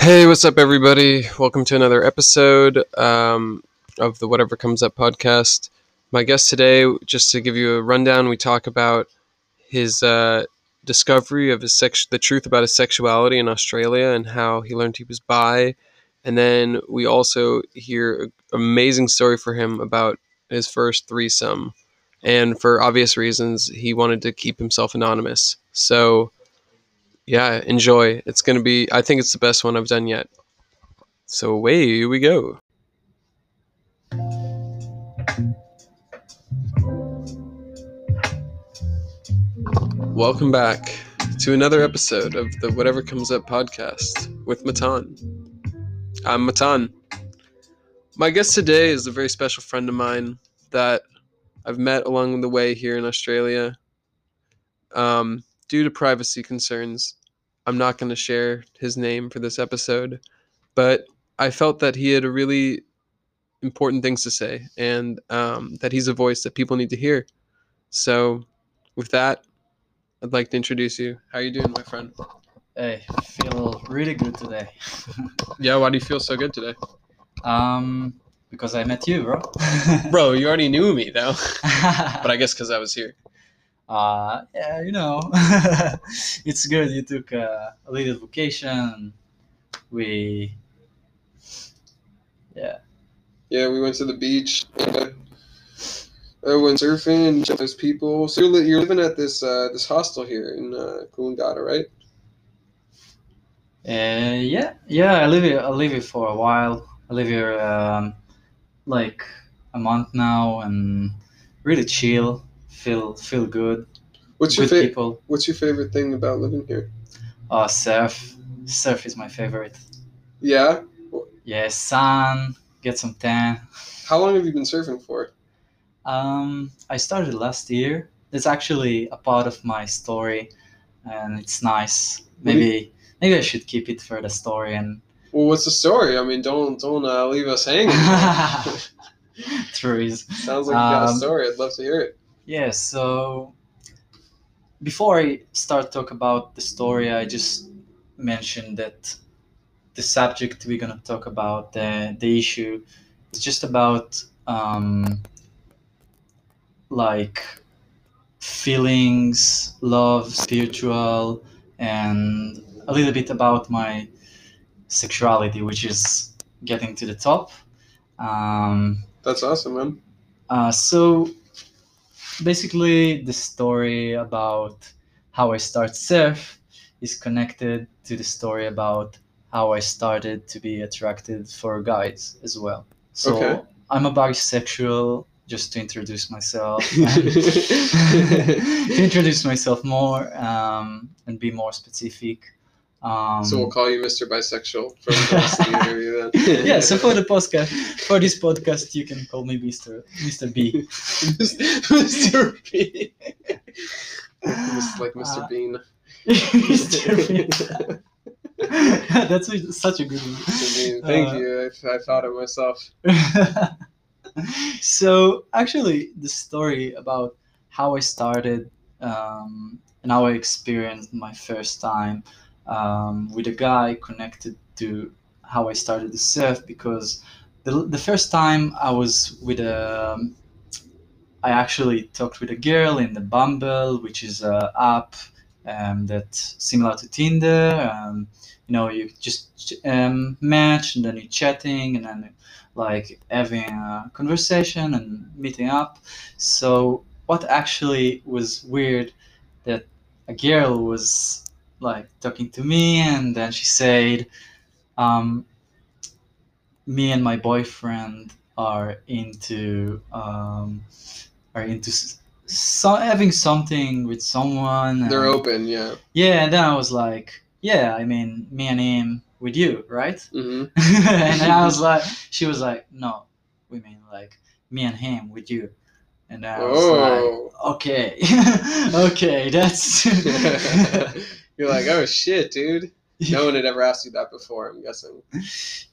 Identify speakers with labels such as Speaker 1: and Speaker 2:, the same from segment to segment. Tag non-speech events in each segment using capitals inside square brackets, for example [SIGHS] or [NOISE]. Speaker 1: Hey, what's up, everybody? Welcome to another episode um, of the Whatever Comes Up podcast. My guest today, just to give you a rundown, we talk about his uh, discovery of his sex, the truth about his sexuality in Australia, and how he learned he was bi. And then we also hear an amazing story for him about his first threesome. And for obvious reasons, he wanted to keep himself anonymous. So yeah, enjoy. It's gonna be. I think it's the best one I've done yet. So away we go. Welcome back to another episode of the Whatever Comes Up podcast with Matan. I'm Matan. My guest today is a very special friend of mine that I've met along the way here in Australia. Um, due to privacy concerns, I'm not going to share his name for this episode, but I felt that he had a really important things to say and um, that he's a voice that people need to hear. So, with that, I'd like to introduce you. How you doing, my friend?
Speaker 2: Hey, I feel really good today.
Speaker 1: Yeah, why do you feel so good today?
Speaker 2: Um, because I met you, bro. [LAUGHS]
Speaker 1: Bro, you already knew me though, [LAUGHS] but I guess because I was here.
Speaker 2: uh, yeah, you know, [LAUGHS] it's good. You took uh, a little vacation. We, yeah,
Speaker 1: Yeah, we went to the beach. uh, I went surfing, jumped those people. So you're, li- you're living at this uh, this hostel here in uh, Coolangatta, right?
Speaker 2: uh, yeah, yeah. I live here. I live here for a while. I live here um, like a month now, and really chill. Feel feel good.
Speaker 1: What's your
Speaker 2: Good
Speaker 1: fa-
Speaker 2: people.
Speaker 1: What's your favorite thing about living here?
Speaker 2: Uh, surf. Surf is my favorite.
Speaker 1: Yeah.
Speaker 2: Yeah, sun. Get some tan.
Speaker 1: How long have you been surfing for?
Speaker 2: Um, I started last year. It's actually a part of my story, and it's nice. Maybe maybe I should keep it for the story. And
Speaker 1: Well, what's the story? I mean, don't don't uh, leave us
Speaker 2: [LAUGHS]
Speaker 1: hanging.
Speaker 2: true is
Speaker 1: Sounds like you got a
Speaker 2: Um,
Speaker 1: story. I'd love to hear it.
Speaker 2: yeah. So before I start talk about the story, I just mentioned that the subject we're gonna talk about the the issue is just about um, like feelings, love, spiritual, and a little bit about my sexuality, which is getting to the top. Um,
Speaker 1: That's awesome, man.
Speaker 2: uh, so basically, the story about how I start surf is connected to the story about how I started to be attracted for guys as well. So
Speaker 1: Okay.
Speaker 2: I'm a bisexual, just to introduce myself. [LAUGHS] to
Speaker 1: so
Speaker 2: introduce myself more um, and be more specific. Um,
Speaker 1: we'll call you Mr. Bisexual for the rest of
Speaker 2: [LAUGHS]
Speaker 1: the [LAUGHS] interview then.
Speaker 2: yeah, so for the podcast, for this podcast, you can call me Mister
Speaker 1: [LAUGHS]
Speaker 2: Mister B.
Speaker 1: Mr. B. Just like Mr.
Speaker 2: Uh,
Speaker 1: Bean.
Speaker 2: [LAUGHS] Mister B. [LAUGHS] That's a- such a good
Speaker 1: Mr.
Speaker 2: [LAUGHS]
Speaker 1: Bean.
Speaker 2: one.
Speaker 1: Thank
Speaker 2: Uh,
Speaker 1: you. I, I thought of myself.
Speaker 2: [LAUGHS] so actually the story about how i started um, and how i experienced my first time um, with a guy connected to how i started to surf because the, the first time i was with a i actually talked with a girl in the bumble which is a app um, that's similar to tinder um, you know you just um, match and then you're chatting and then like having a conversation and meeting up. So what actually was weird that a girl was like talking to me and then she said, um, "Me and my boyfriend are into um, are into s- so having something with someone."
Speaker 1: They're
Speaker 2: and-
Speaker 1: open, yeah.
Speaker 2: Yeah, and then I was like, "Yeah, I mean, me and him with you, right?" [LAUGHS]
Speaker 1: hmm
Speaker 2: and I was like, she was like, no, we mean like me and him with you. And I was
Speaker 1: Oh.
Speaker 2: like, okay, [LAUGHS] okay, that's.
Speaker 1: [LAUGHS] You're like, oh shit,
Speaker 2: [LAUGHS]
Speaker 1: dude. No one had ever asked you that before, I'm guessing.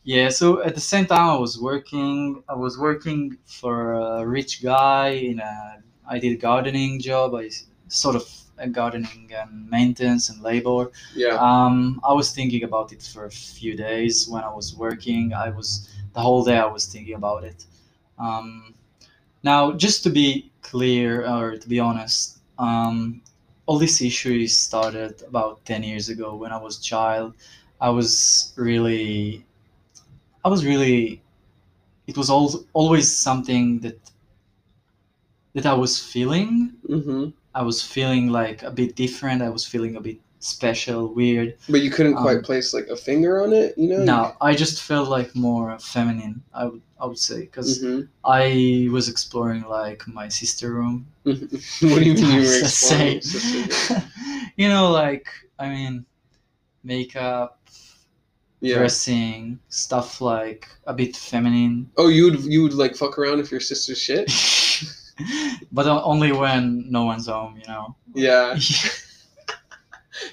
Speaker 2: yeah, so at the same time, I was working. I was working for a rich guy in a. I did gardening job. I s- sort of uh, gardening and maintenance and labor.
Speaker 1: Yeah.
Speaker 2: Um, I was thinking about it for a few days when I was working. I was the whole day I was thinking about it. Um, now, just to be clear or to be honest, um, all this issue is started about ten years ago when I was a child. I was really, I was really, it was all, always something that that I was feeling.
Speaker 1: hmm
Speaker 2: I was feeling like a bit different. I was feeling a bit special, weird.
Speaker 1: But you couldn't quite
Speaker 2: Um,
Speaker 1: place like a finger on it, you know?
Speaker 2: No, I just felt like more feminine. I would I would say because
Speaker 1: hmm
Speaker 2: I was exploring like my sister room.
Speaker 1: [LAUGHS] what do you mean
Speaker 2: [LAUGHS]
Speaker 1: you were
Speaker 2: So
Speaker 1: exploring?
Speaker 2: say- [LAUGHS]
Speaker 1: Sister?
Speaker 2: you know, like I mean, makeup,
Speaker 1: Yeah.
Speaker 2: dressing, stuff like a bit feminine, [LAUGHS]
Speaker 1: Oh, you would you would like fuck around if your sister's shit?
Speaker 2: but o- only when no one's home. You know.
Speaker 1: Yeah.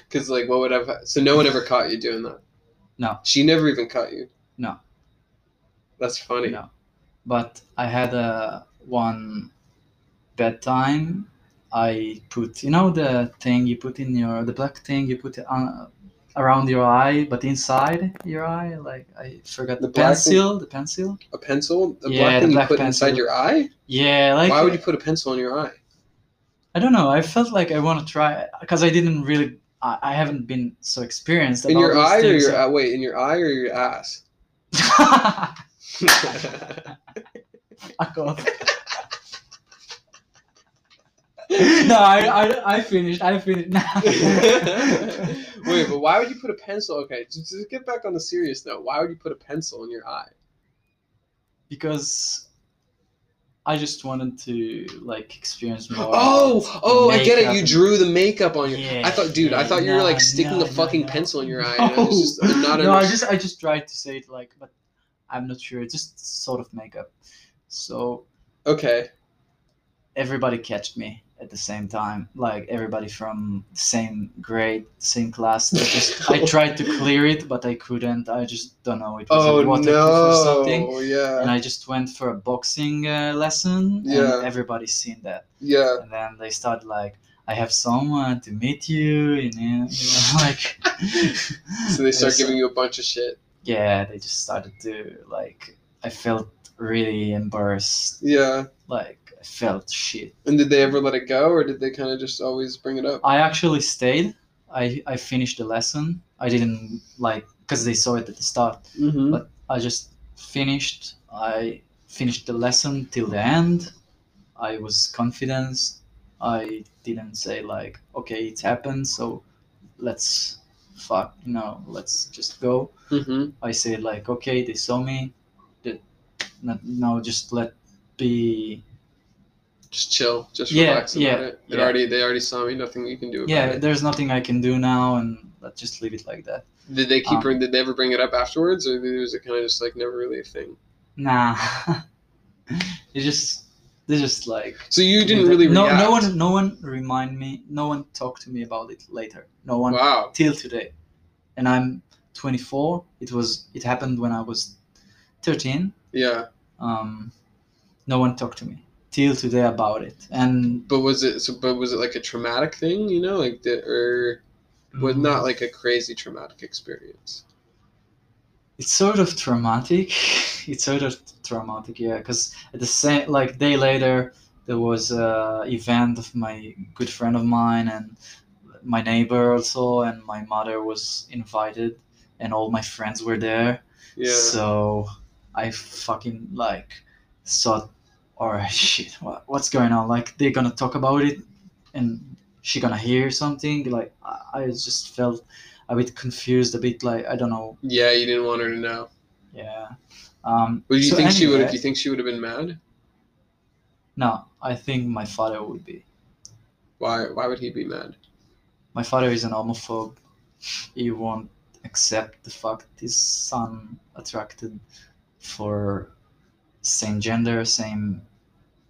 Speaker 1: Because like, what would have? So no one ever caught you doing that.
Speaker 2: No.
Speaker 1: She never even caught you.
Speaker 2: No.
Speaker 1: That's funny.
Speaker 2: No. But I had a one bedtime. I put, you know, the thing you put in your, the black thing you put on, around your eye, but inside your eye. Like I forgot
Speaker 1: The
Speaker 2: the,
Speaker 1: black thing?
Speaker 2: pencil. The pencil.
Speaker 1: A pencil, a
Speaker 2: Yeah,
Speaker 1: black
Speaker 2: the
Speaker 1: thing
Speaker 2: black
Speaker 1: you put
Speaker 2: pencil.
Speaker 1: inside your eye.
Speaker 2: Yeah, like
Speaker 1: Why would you put a pencil in your eye?
Speaker 2: I don't know. I felt like I want to try because I didn't really. I, I haven't been so experienced.
Speaker 1: In
Speaker 2: about
Speaker 1: your
Speaker 2: these
Speaker 1: eye or
Speaker 2: things,
Speaker 1: your
Speaker 2: so-
Speaker 1: uh, wait? In your eye or your ass? [LAUGHS]
Speaker 2: [LAUGHS] Fuck off. no, I, I, I finished. I finished.
Speaker 1: [LAUGHS] wait, but why would you put a pencil? Okay, just, just get back on the serious note. Why would you put a pencil in your eye?
Speaker 2: because I just wanted to like experience more. [LAUGHS]
Speaker 1: Oh, oh, I get it.
Speaker 2: makeup
Speaker 1: You
Speaker 2: and-
Speaker 1: drew the makeup on your. I
Speaker 2: Yeah,
Speaker 1: thought, dude, I
Speaker 2: yeah,
Speaker 1: thought you were
Speaker 2: no,
Speaker 1: like sticking
Speaker 2: no,
Speaker 1: a
Speaker 2: no,
Speaker 1: fucking
Speaker 2: no.
Speaker 1: pencil in your eye.
Speaker 2: No,
Speaker 1: And I was just not
Speaker 2: no I
Speaker 1: under-
Speaker 2: just I just tried to say it like, but I'm not sure. It's just sort of makeup. So
Speaker 1: Okay.
Speaker 2: everybody catched me at the same time, like everybody from the same grade, same class.
Speaker 1: [LAUGHS]
Speaker 2: They just, I tried to clear it, but I couldn't. I just don't know. It was
Speaker 1: Oh
Speaker 2: a waterproof or something.
Speaker 1: no!
Speaker 2: And
Speaker 1: Yeah,
Speaker 2: I just went for a boxing uh, lesson,
Speaker 1: Yeah.
Speaker 2: and everybody seen that.
Speaker 1: yeah.
Speaker 2: and then they start like i have someone to meet you you know, you know [LAUGHS] like
Speaker 1: So they start
Speaker 2: Yes.
Speaker 1: giving you a bunch of shit.
Speaker 2: yeah they just started to like i felt really embarrassed
Speaker 1: Yeah.
Speaker 2: like i felt shit
Speaker 1: And did they ever let it go, or did they kind of just always bring it up?
Speaker 2: i actually stayed i i finished the lesson i didn't like because they saw it at the start
Speaker 1: Mm-hmm.
Speaker 2: I just finished. I finished the lesson till the end. I was confident. I didn't say like, okay, it's happened, so let's fuck, you know, let's just go.
Speaker 1: Mm-hmm.
Speaker 2: I said like, okay, they saw me. That not- now just let be.
Speaker 1: Just chill. Just
Speaker 2: Yeah,
Speaker 1: relax about
Speaker 2: yeah,
Speaker 1: it. It
Speaker 2: yeah.
Speaker 1: already. They already saw me. Nothing you can do about
Speaker 2: Yeah,
Speaker 1: it.
Speaker 2: there's nothing I can do now, and let's just leave it like that.
Speaker 1: Did they keep?
Speaker 2: um,
Speaker 1: bring, did they ever bring it up afterwards, or was it kind of just like never really a thing?
Speaker 2: Nah, [LAUGHS] they just they just like
Speaker 1: So you didn't really
Speaker 2: no
Speaker 1: react.
Speaker 2: no one no one remind me no one talked to me about it later no one
Speaker 1: Wow.
Speaker 2: till today and i'm 24 it was it happened when i was 13
Speaker 1: Yeah.
Speaker 2: um no one talked to me till today about it and
Speaker 1: But was it? So, but was it like a traumatic thing? You know, like the or. was
Speaker 2: Mm-hmm.
Speaker 1: not like a crazy traumatic experience.
Speaker 2: it's sort of traumatic [LAUGHS] it's sort of traumatic yeah because at the same like day later there was a event of my good friend of mine and my neighbor also and my mother was invited and all my friends were there
Speaker 1: Yeah.
Speaker 2: So I fucking like thought, all right, [LAUGHS] shit, what, what's going on? Like they're gonna talk about it, and she gonna hear something. Like I, I just felt a bit confused, a bit like I don't know.
Speaker 1: yeah, you didn't want her to know.
Speaker 2: Yeah. Um.
Speaker 1: But you
Speaker 2: so
Speaker 1: think she would?
Speaker 2: anyway-
Speaker 1: Do you think she would have been mad?
Speaker 2: No, I think my father would be.
Speaker 1: Why? Why would he be mad?
Speaker 2: My father is an homophobe. He won't accept the fact his son attracted for same gender, same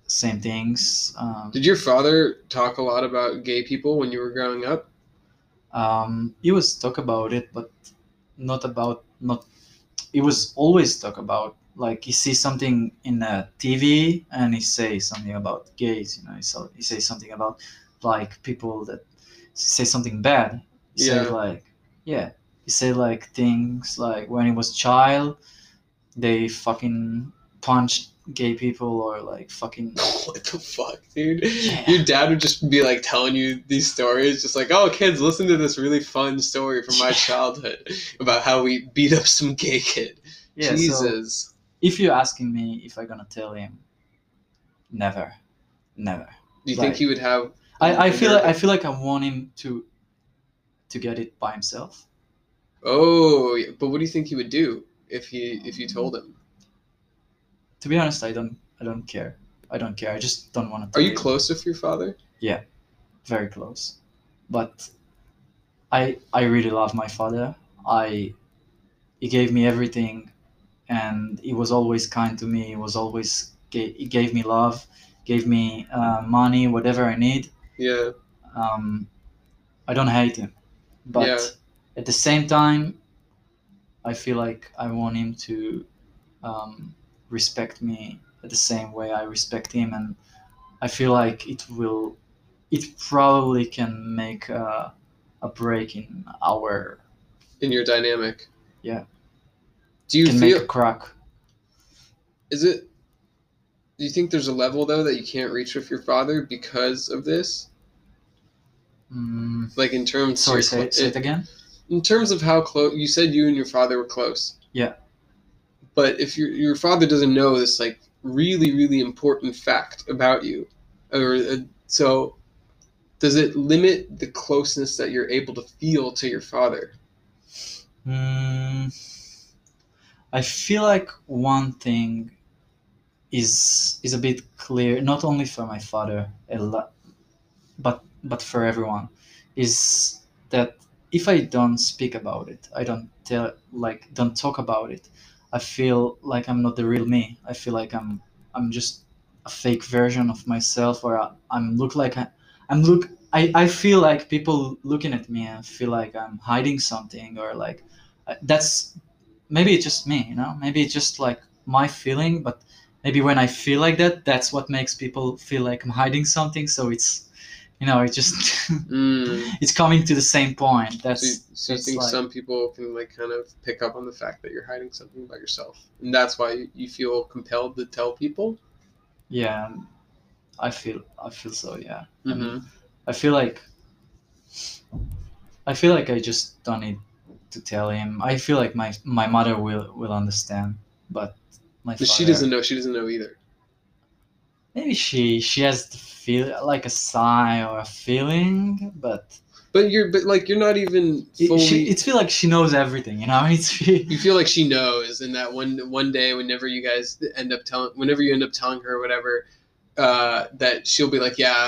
Speaker 2: same things. Um,
Speaker 1: Did your father talk a lot about gay people when you were growing up? [LAUGHS]
Speaker 2: um, he was talk about it, but not about not. It was always talk about like he sees something in the TV and he says something about gays. You know, he, saw, he says something about like people that say something bad. You
Speaker 1: Yeah.
Speaker 2: Say like, yeah. You say like things like when he was a child, they fucking punched gay people or like fucking.
Speaker 1: What the fuck, dude?
Speaker 2: Yeah.
Speaker 1: Your dad would just be like telling you these stories, just like, oh, kids, listen to this really fun story from my
Speaker 2: Yeah.
Speaker 1: childhood about how we beat up some gay kid.
Speaker 2: Yeah, so-
Speaker 1: Jesus.
Speaker 2: if you're asking me if I'm gonna tell him, never, never.
Speaker 1: Do you think
Speaker 2: Like-
Speaker 1: he would have.
Speaker 2: I, I feel like I feel like I want him to to get it by himself.
Speaker 1: Oh, yeah, but what do you think he would do if he if you told him?
Speaker 2: To be honest, I don't I don't care. I don't care. I just don't want to.
Speaker 1: Are you close with your father?
Speaker 2: Very close, but I I really love my father. I he gave me everything, and he was always kind to me. He was always ga- he gave me love, gave me uh, money, whatever I need.
Speaker 1: Yeah.
Speaker 2: um, I don't hate him, but
Speaker 1: Yeah.
Speaker 2: at the same time, I feel like I want him to um, respect me at the same way I respect him, and I feel like it will, it probably can make a, a break in our
Speaker 1: In your dynamic.
Speaker 2: Yeah.
Speaker 1: Do you
Speaker 2: can
Speaker 1: feel
Speaker 2: make a crack.
Speaker 1: is it do you think there's a level though that you can't reach with your father because of this?
Speaker 2: Mm,
Speaker 1: Like in terms
Speaker 2: sorry,
Speaker 1: of your
Speaker 2: say,
Speaker 1: clo-
Speaker 2: it- say it again.
Speaker 1: in terms of how close you said you and your father were close.
Speaker 2: Yeah.
Speaker 1: But if your your father doesn't know this like really really important fact about you, or uh, so, does it limit the closeness that you're able to feel to your father?
Speaker 2: Mm, I feel like one thing is is a bit clear, not only for my father, a lot, but but for everyone, is that if I don't speak about it, I don't tell, like, don't talk about it, I feel like I'm not the real me. I feel like I'm I'm just a fake version of myself, or I, I'm look like I, I'm look. I, I feel like people looking at me and feel like I'm hiding something or like I- Uh, that's maybe it's just me you know maybe it's just like my feeling but maybe when i feel like that that's what makes people feel like i'm hiding something so it's you know it just [LAUGHS]
Speaker 1: Mm.
Speaker 2: it's coming to the same point
Speaker 1: So, you,
Speaker 2: that's
Speaker 1: so you
Speaker 2: that's
Speaker 1: think
Speaker 2: like-
Speaker 1: some people can like kind of pick up on the fact that you're hiding something about yourself, and that's why you, you feel compelled to tell people.
Speaker 2: yeah i feel i feel so yeah Mhm. i feel like i feel like i just don't need to tell him i feel like my my mother will will understand but my
Speaker 1: But she
Speaker 2: father-
Speaker 1: doesn't know. She doesn't know either.
Speaker 2: Maybe she she has to feel like a sigh or a feeling, but
Speaker 1: But you're but like you're not even
Speaker 2: it,
Speaker 1: fully.
Speaker 2: she it's feel like she knows everything, you know. [LAUGHS] It's
Speaker 1: [LAUGHS] you feel like she knows, and that one one day, whenever you guys end up telling, whenever you end up telling her whatever, uh, that she'll be like, "Yeah,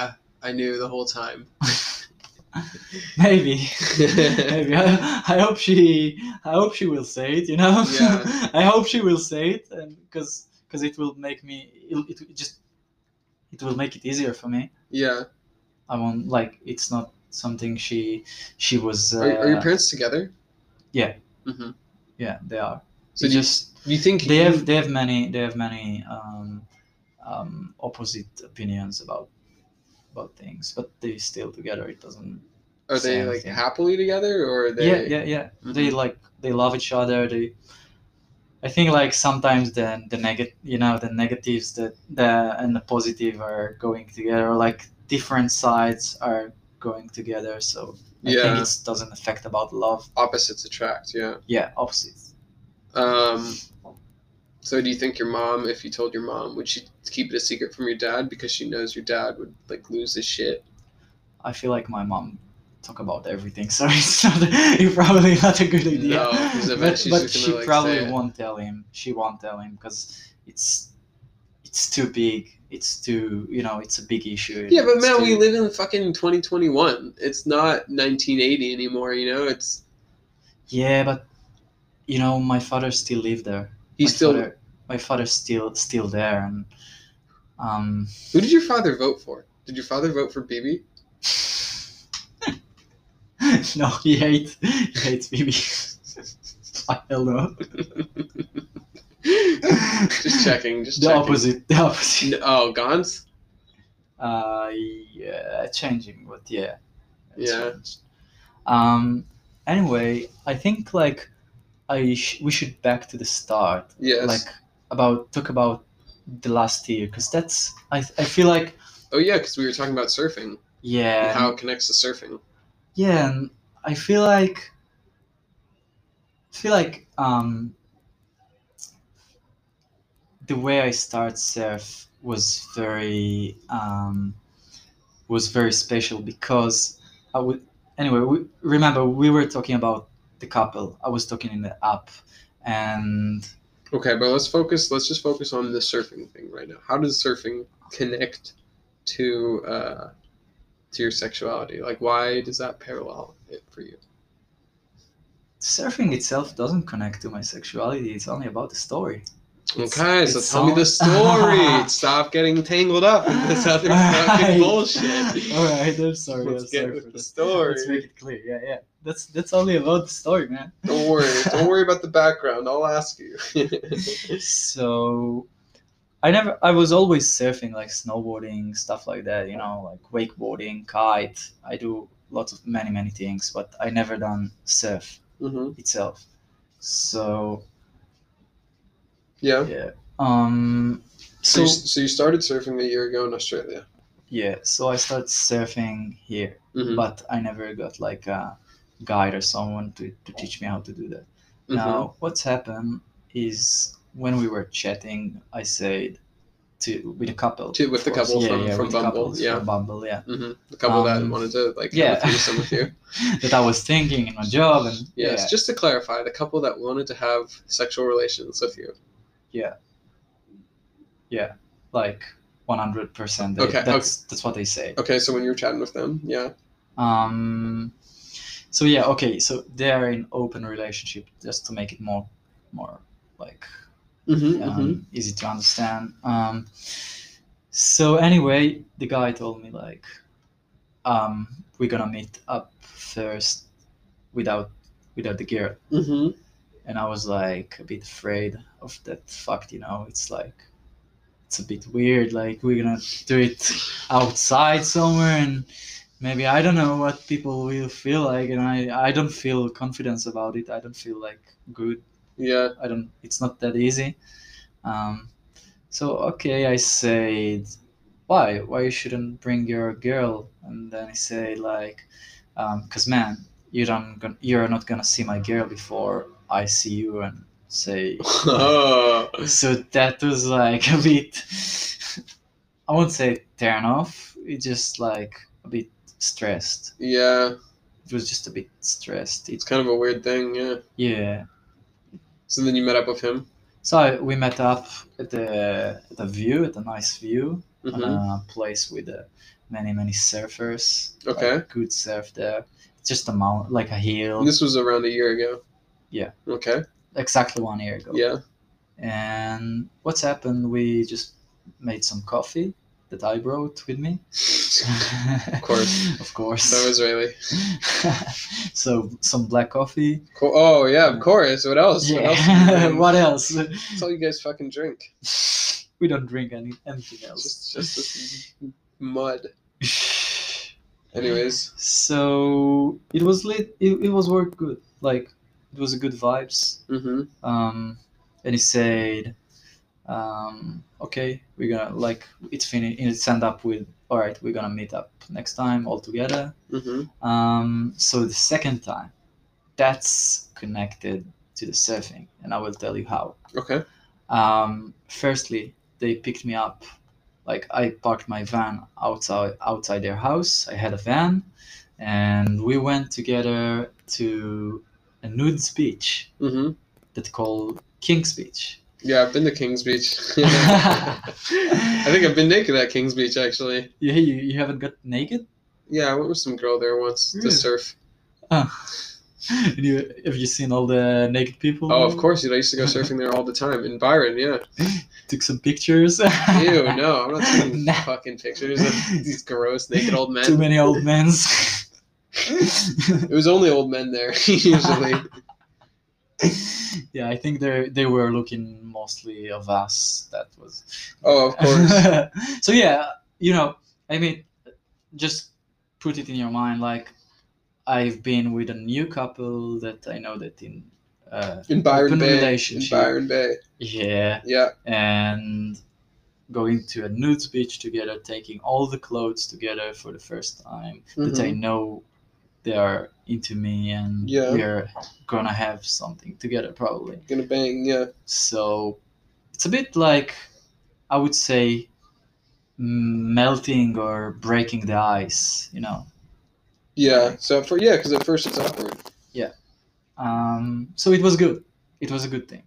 Speaker 1: I knew the whole time." [LAUGHS]
Speaker 2: maybe maybe I, I hope she I hope she will say it, you know.
Speaker 1: Yeah.
Speaker 2: [LAUGHS] I hope she will say it, and because because it will make me it, it just it will make it easier for me.
Speaker 1: yeah.
Speaker 2: I won't like it's not something she she was. Uh,
Speaker 1: Are, are your parents together?
Speaker 2: yeah.
Speaker 1: hmm
Speaker 2: yeah, they are.
Speaker 1: So
Speaker 2: It
Speaker 1: do you,
Speaker 2: just
Speaker 1: do you think
Speaker 2: they
Speaker 1: you-
Speaker 2: have they have many they have many um, um, opposite opinions about about things, but they still together. It doesn't.
Speaker 1: are they
Speaker 2: same
Speaker 1: like
Speaker 2: thing.
Speaker 1: happily together or are they?
Speaker 2: yeah, yeah, yeah. They like they love each other. They. I think like sometimes the the negative you know the negatives that the and the positive are going together or like different sides are going together. So I
Speaker 1: Yeah.
Speaker 2: think it doesn't affect about love.
Speaker 1: Opposites attract. Yeah.
Speaker 2: Yeah, opposites.
Speaker 1: Um, so do you think your mom, if you told your mom, would she keep it a secret from your dad because she knows your dad would like lose his shit?
Speaker 2: I feel like my mom talk about everything, [LAUGHS] so it's not it's probably not a good idea.
Speaker 1: 'cause I bet
Speaker 2: but
Speaker 1: she's
Speaker 2: but
Speaker 1: just gonna,
Speaker 2: she
Speaker 1: like,
Speaker 2: probably
Speaker 1: say it.
Speaker 2: won't tell him. She won't tell him because it's it's too big. It's too you know it's a big issue.
Speaker 1: Yeah, but
Speaker 2: It's
Speaker 1: man, we
Speaker 2: too-
Speaker 1: live in fucking 2021. It's not 1980 anymore. You know, it's
Speaker 2: yeah, but you know my father still live there.
Speaker 1: he's
Speaker 2: my
Speaker 1: still.
Speaker 2: father, my father's still still there, and um [LAUGHS]
Speaker 1: Who did your father vote for? Did your father vote for BB?
Speaker 2: no, he hates he hates Bibi. [LAUGHS] I don't know.
Speaker 1: just
Speaker 2: [LAUGHS]
Speaker 1: checking. Just
Speaker 2: The
Speaker 1: checking.
Speaker 2: opposite. The opposite.
Speaker 1: N- Oh, Gans.
Speaker 2: uh yeah changing but yeah It's
Speaker 1: Yeah.
Speaker 2: honest. Um. Anyway, I think like I sh- we should back to the start
Speaker 1: Yes.
Speaker 2: like about talk about the last year because that's I, I feel like
Speaker 1: oh yeah, because we were talking about surfing
Speaker 2: yeah
Speaker 1: and how it connects to surfing.
Speaker 2: yeah and I feel like I feel like um the way I start surf was very um was very special because I would anyway we, remember we were talking about the couple I was talking in the app and
Speaker 1: Okay, but let's focus. Let's just focus on the surfing thing right now. How does surfing connect to uh, to your sexuality? Like, why does that parallel it for you?
Speaker 2: surfing itself doesn't connect to my sexuality it's only about the
Speaker 1: [LAUGHS]
Speaker 2: story It's-
Speaker 1: Okay, so
Speaker 2: it's
Speaker 1: tell me
Speaker 2: all-
Speaker 1: the
Speaker 2: [LAUGHS]
Speaker 1: story. Stop getting tangled up in this other fucking
Speaker 2: Right.
Speaker 1: bullshit.
Speaker 2: [LAUGHS] all right i'm sorry
Speaker 1: Let's
Speaker 2: I'm
Speaker 1: get
Speaker 2: sorry
Speaker 1: with
Speaker 2: for
Speaker 1: the
Speaker 2: this.
Speaker 1: story.
Speaker 2: let's make it clear yeah yeah that's that's only about the story man
Speaker 1: Don't worry. Don't worry about the background. I'll ask you. [LAUGHS]
Speaker 2: so i never i was always surfing like snowboarding stuff like that you know like wakeboarding kite i do lots of many many things but i never done surf
Speaker 1: hmm
Speaker 2: itself so
Speaker 1: Yeah.
Speaker 2: yeah um
Speaker 1: So,
Speaker 2: so
Speaker 1: you, so you started surfing a year ago in Australia.
Speaker 2: yeah so i started surfing here
Speaker 1: Mhm,
Speaker 2: but I never got like a guide or someone to, to teach me how to do that.
Speaker 1: mhm.
Speaker 2: Now, what's happened is when we were chatting, I said to with a couple.
Speaker 1: To- with
Speaker 2: of
Speaker 1: the
Speaker 2: course.
Speaker 1: couple from- from
Speaker 2: with the
Speaker 1: Bumble,
Speaker 2: couples
Speaker 1: yeah.
Speaker 2: from Bumble, yeah.
Speaker 1: Mhm, The couple that
Speaker 2: Um,
Speaker 1: wanted to like
Speaker 2: yeah.
Speaker 1: have a threesome with
Speaker 2: [LAUGHS]
Speaker 1: you.
Speaker 2: That I was thinking in my job and
Speaker 1: Yes, just to clarify, the couple that wanted to have sexual relations with you.
Speaker 2: yeah, yeah, like one hundred percent.
Speaker 1: Okay,
Speaker 2: that's that's what they say.
Speaker 1: Okay, so when you were chatting with them, yeah.
Speaker 2: Um, so yeah, okay, so they're in open relationship just to make it more more like
Speaker 1: Mm-hmm,
Speaker 2: um, easy to understand. Um, so anyway, the guy told me like, um, we're gonna meet up first without without the girl,
Speaker 1: hmm hmm
Speaker 2: and I was like a bit afraid of that fact. You know, it's like it's a bit weird. Like we're gonna do it outside somewhere and. Maybe I don't know what people will feel like, and I, I don't feel confidence about it. I don't feel like good [LAUGHS]
Speaker 1: Yeah.
Speaker 2: I don't. It's not that easy. Um, so okay, I said, why? Why you shouldn't bring your girl? And then he said like, um, cause man, you don't. Gon- you're not gonna see my girl before I see you and say.
Speaker 1: Oh.
Speaker 2: so that was like a bit. I won't say turn off. It just like a bit stressed.
Speaker 1: Yeah,
Speaker 2: It was just a bit stressed. It,
Speaker 1: it's kind of a weird thing, yeah.
Speaker 2: yeah.
Speaker 1: So then you met up with him.
Speaker 2: So I- we met up at the at a view, at a nice view,
Speaker 1: hmm
Speaker 2: on a place with uh, many many surfers. like,
Speaker 1: Okay.
Speaker 2: good surf there. Just a mount, like a hill,
Speaker 1: This was around a year ago.
Speaker 2: Yeah.
Speaker 1: Okay.
Speaker 2: exactly one year ago.
Speaker 1: Yeah.
Speaker 2: And what's happened? We just made some coffee that I brought with me. [LAUGHS] of
Speaker 1: course.
Speaker 2: of course.
Speaker 1: So Israeli.
Speaker 2: [LAUGHS] so some black coffee.
Speaker 1: Co- oh yeah, of course. What else? What else?
Speaker 2: [LAUGHS]
Speaker 1: do you
Speaker 2: yeah.
Speaker 1: drink?
Speaker 2: what else?
Speaker 1: That's all you guys fucking drink.
Speaker 2: we don't drink any anything else.
Speaker 1: Just, just this mud. Anyways.
Speaker 2: [SIGHS] so it was lit it, it was work good like it was a good vibes
Speaker 1: hmm
Speaker 2: um and he said um okay we're gonna like it's finished it's end up with all right we're gonna meet up next time all together
Speaker 1: hmm
Speaker 2: um so the second time that's connected to the surfing and i will tell you how
Speaker 1: Okay.
Speaker 2: um firstly they picked me up like i parked my van outside outside their house i had a van and we went together to a nudes beach
Speaker 1: hmm
Speaker 2: that called king's beach
Speaker 1: Yeah, I've been to Kings
Speaker 2: [LAUGHS]
Speaker 1: Beach. [LAUGHS] I think I've been naked at Kings Beach actually.
Speaker 2: yeah you, you haven't got naked
Speaker 1: Yeah, I went with some girl there once to
Speaker 2: Really?
Speaker 1: surf.
Speaker 2: oh. [LAUGHS] you, have you seen all the naked people
Speaker 1: Oh, of course, dude. I used to go surfing there all the time in Byron. Yeah.
Speaker 2: took some pictures
Speaker 1: Ew,
Speaker 2: [LAUGHS]
Speaker 1: no, I'm not taking
Speaker 2: Nah.
Speaker 1: fucking pictures of these gross naked old men.
Speaker 2: too many old
Speaker 1: [LAUGHS]
Speaker 2: men's
Speaker 1: It was only old men there [LAUGHS] usually.
Speaker 2: [LAUGHS] yeah, I think they they were looking mostly of us. That was.
Speaker 1: Oh, of
Speaker 2: [LAUGHS]
Speaker 1: course.
Speaker 2: so yeah, you know, I mean, just put it in your mind. Like I've been with a new couple that I know that in uh,
Speaker 1: in Byron
Speaker 2: open
Speaker 1: Bay. In
Speaker 2: relationship.
Speaker 1: Byron Bay.
Speaker 2: yeah
Speaker 1: Yeah.
Speaker 2: and going to a nudes beach together, taking all the clothes together for the first time that I
Speaker 1: Mhm.
Speaker 2: know they are into me and
Speaker 1: Yeah.
Speaker 2: we're gonna have something together probably.
Speaker 1: Gonna bang. Yeah.
Speaker 2: So it's a bit like I would say mm, melting or breaking the ice, you know.
Speaker 1: Yeah. So for yeah, because at first it's awkward.
Speaker 2: Um, so it was good. It was a good thing.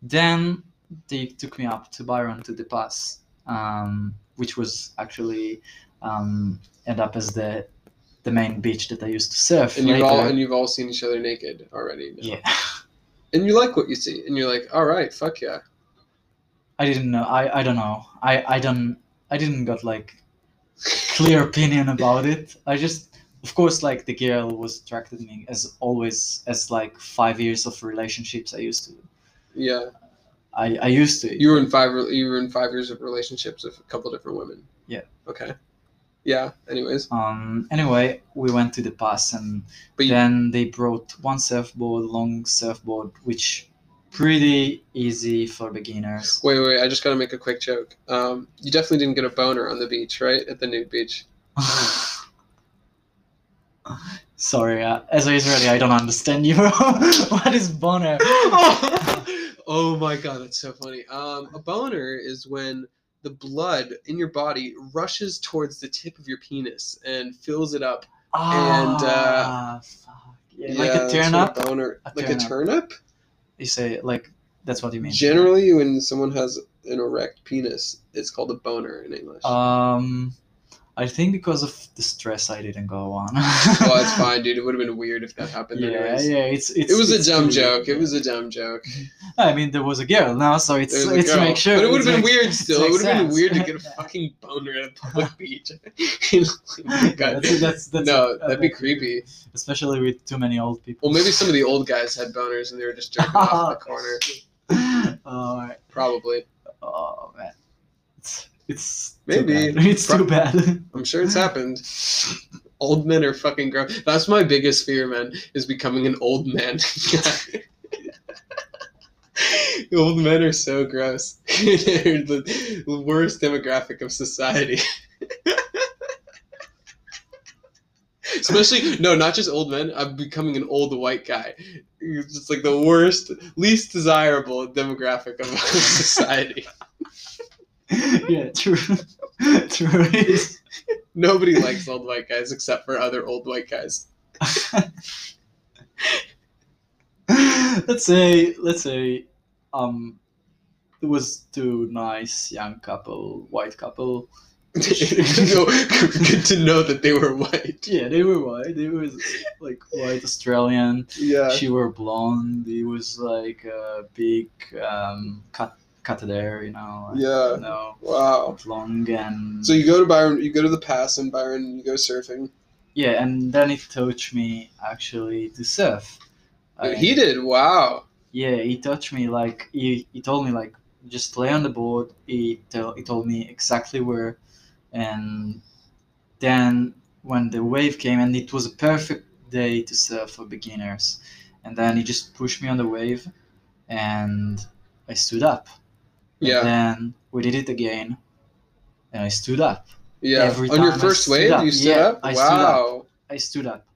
Speaker 2: Then they took me up to Byron to the pass, um, which was actually um, end up as the the main beach that I used to surf.
Speaker 1: And you've all
Speaker 2: later.
Speaker 1: and you've all seen each other naked already. now.
Speaker 2: yeah, [LAUGHS]
Speaker 1: And you like what you see, and you're like, all right, fuck yeah.
Speaker 2: I didn't know. I, I don't know. I, I don't. I didn't got like clear opinion about it. I just, of course, like the girl was attracted me as always as like five years of relationships. I used to.
Speaker 1: Yeah.
Speaker 2: I, I used to.
Speaker 1: You were in five. re- You were in five years of relationships with a couple different women.
Speaker 2: Yeah.
Speaker 1: Okay. Yeah. Anyways,
Speaker 2: Um, anyway, we went to the pass, and
Speaker 1: But you-
Speaker 2: then they brought one surfboard, long surfboard, which pretty easy for beginners. [SIGHS]
Speaker 1: wait, wait. I just gotta make a quick joke. Um, you definitely didn't get a boner on the beach, right? At the nude beach.
Speaker 2: Sorry, uh, as an Israeli, I don't understand you. [LAUGHS] what is boner?
Speaker 1: [LAUGHS] oh my god, that's so funny. Um, a boner is when the blood in your body rushes towards the tip of your penis and fills it up. uh,
Speaker 2: Ah, fuck. Yeah, like a
Speaker 1: that's
Speaker 2: turn
Speaker 1: what
Speaker 2: up.
Speaker 1: boner,
Speaker 2: A
Speaker 1: like
Speaker 2: turn
Speaker 1: a
Speaker 2: up.
Speaker 1: turn up.
Speaker 2: You say like that's what you mean.
Speaker 1: Generally, when someone has an erect penis, it's called a boner in English.
Speaker 2: Um, I think because of the stress, I didn't go on.
Speaker 1: well, Oh,
Speaker 2: [LAUGHS]
Speaker 1: it's fine, dude. It would have been weird if that happened.
Speaker 2: Yeah,
Speaker 1: anyways.
Speaker 2: yeah, it's, it's
Speaker 1: It was a
Speaker 2: it's
Speaker 1: dumb
Speaker 2: pretty-
Speaker 1: joke. It was a dumb joke.
Speaker 2: I mean, there was a girl now, so it's
Speaker 1: There's a
Speaker 2: it's
Speaker 1: girl.
Speaker 2: make sure.
Speaker 1: But it would have
Speaker 2: it's
Speaker 1: been
Speaker 2: make-
Speaker 1: weird still. It
Speaker 2: makes
Speaker 1: would have been
Speaker 2: sense.
Speaker 1: weird to get a fucking boner at a
Speaker 2: [LAUGHS]
Speaker 1: public beach. [LAUGHS] God
Speaker 2: Yeah, that's, that's, that's
Speaker 1: no,
Speaker 2: a-
Speaker 1: that'd be creepy.
Speaker 2: Especially with too many old people.
Speaker 1: Well, maybe
Speaker 2: [LAUGHS]
Speaker 1: some of the old guys had boners and they were just jerking off in the corner.
Speaker 2: All right.
Speaker 1: Probably.
Speaker 2: Oh man, it's it's
Speaker 1: Maybe.
Speaker 2: too bad. [LAUGHS] it's
Speaker 1: Pro-
Speaker 2: too bad.
Speaker 1: I'm sure it's happened. Old men are fucking gross. That's my biggest fear, man, is becoming an old man. [LAUGHS] old men are so gross. [LAUGHS] They're the worst demographic of society. [LAUGHS] Especially, no, not just old men. I'm becoming an old white guy. It's just like the worst, least desirable demographic of [LAUGHS] society.
Speaker 2: yeah, true, [LAUGHS] true. it is.
Speaker 1: Nobody likes old white guys except for other old white guys.
Speaker 2: let's say let's say um, it was two nice young couple, white couple.
Speaker 1: No, [LAUGHS] good to know that they were white.
Speaker 2: Yeah, they were white. They was like white Australian.
Speaker 1: Yeah.
Speaker 2: She were blonde. He was like a big um, cut cut there, you know. like,
Speaker 1: Yeah.
Speaker 2: You know,
Speaker 1: Wow.
Speaker 2: long and
Speaker 1: So you go to Byron, you go to the pass in Byron, you go surfing.
Speaker 2: yeah, and then it taught me actually to surf. I-
Speaker 1: he did. Wow.
Speaker 2: Yeah, he taught me like he, he told me like just lay on the board. He tell he told me exactly where, and then when the wave came and it was a perfect day to surf for beginners, and then he just pushed me on the wave, and I stood up. And
Speaker 1: Yeah.
Speaker 2: then we did it again, and I stood up.
Speaker 1: Yeah.
Speaker 2: every
Speaker 1: On your
Speaker 2: time I
Speaker 1: first
Speaker 2: stood
Speaker 1: wave,
Speaker 2: up.
Speaker 1: you stood
Speaker 2: Yeah,
Speaker 1: up.
Speaker 2: I stood up.
Speaker 1: wow.
Speaker 2: I stood up,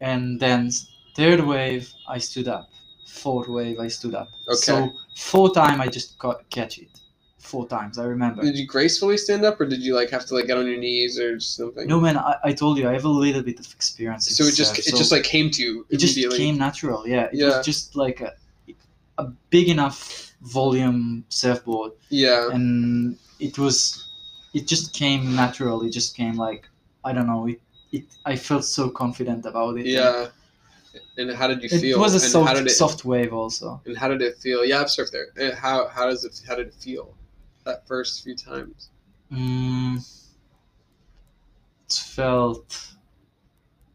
Speaker 2: and then third wave I stood up. Fourth wave I stood up.
Speaker 1: Okay.
Speaker 2: So four time I just caught, catch it. Four times I remember.
Speaker 1: Did you gracefully stand up, or did you like have to like get on your knees or something?
Speaker 2: No man, I, I told you I have a little bit of experience. in
Speaker 1: So it just
Speaker 2: surf,
Speaker 1: it
Speaker 2: so
Speaker 1: just like came to you
Speaker 2: it just
Speaker 1: immediately.
Speaker 2: came natural. Yeah, it
Speaker 1: Yeah.
Speaker 2: was just like a, a big enough volume surfboard,
Speaker 1: Yeah.
Speaker 2: and it was it just came natural. It just came like I don't know. It, it I felt so confident about it.
Speaker 1: Yeah. And how did you
Speaker 2: It
Speaker 1: feel?
Speaker 2: was a
Speaker 1: and how
Speaker 2: soft,
Speaker 1: did it
Speaker 2: soft wave also.
Speaker 1: And how did it feel? Yeah, I've surfed there. Uh, How how does it how did it feel that first few times?
Speaker 2: Mm, it felt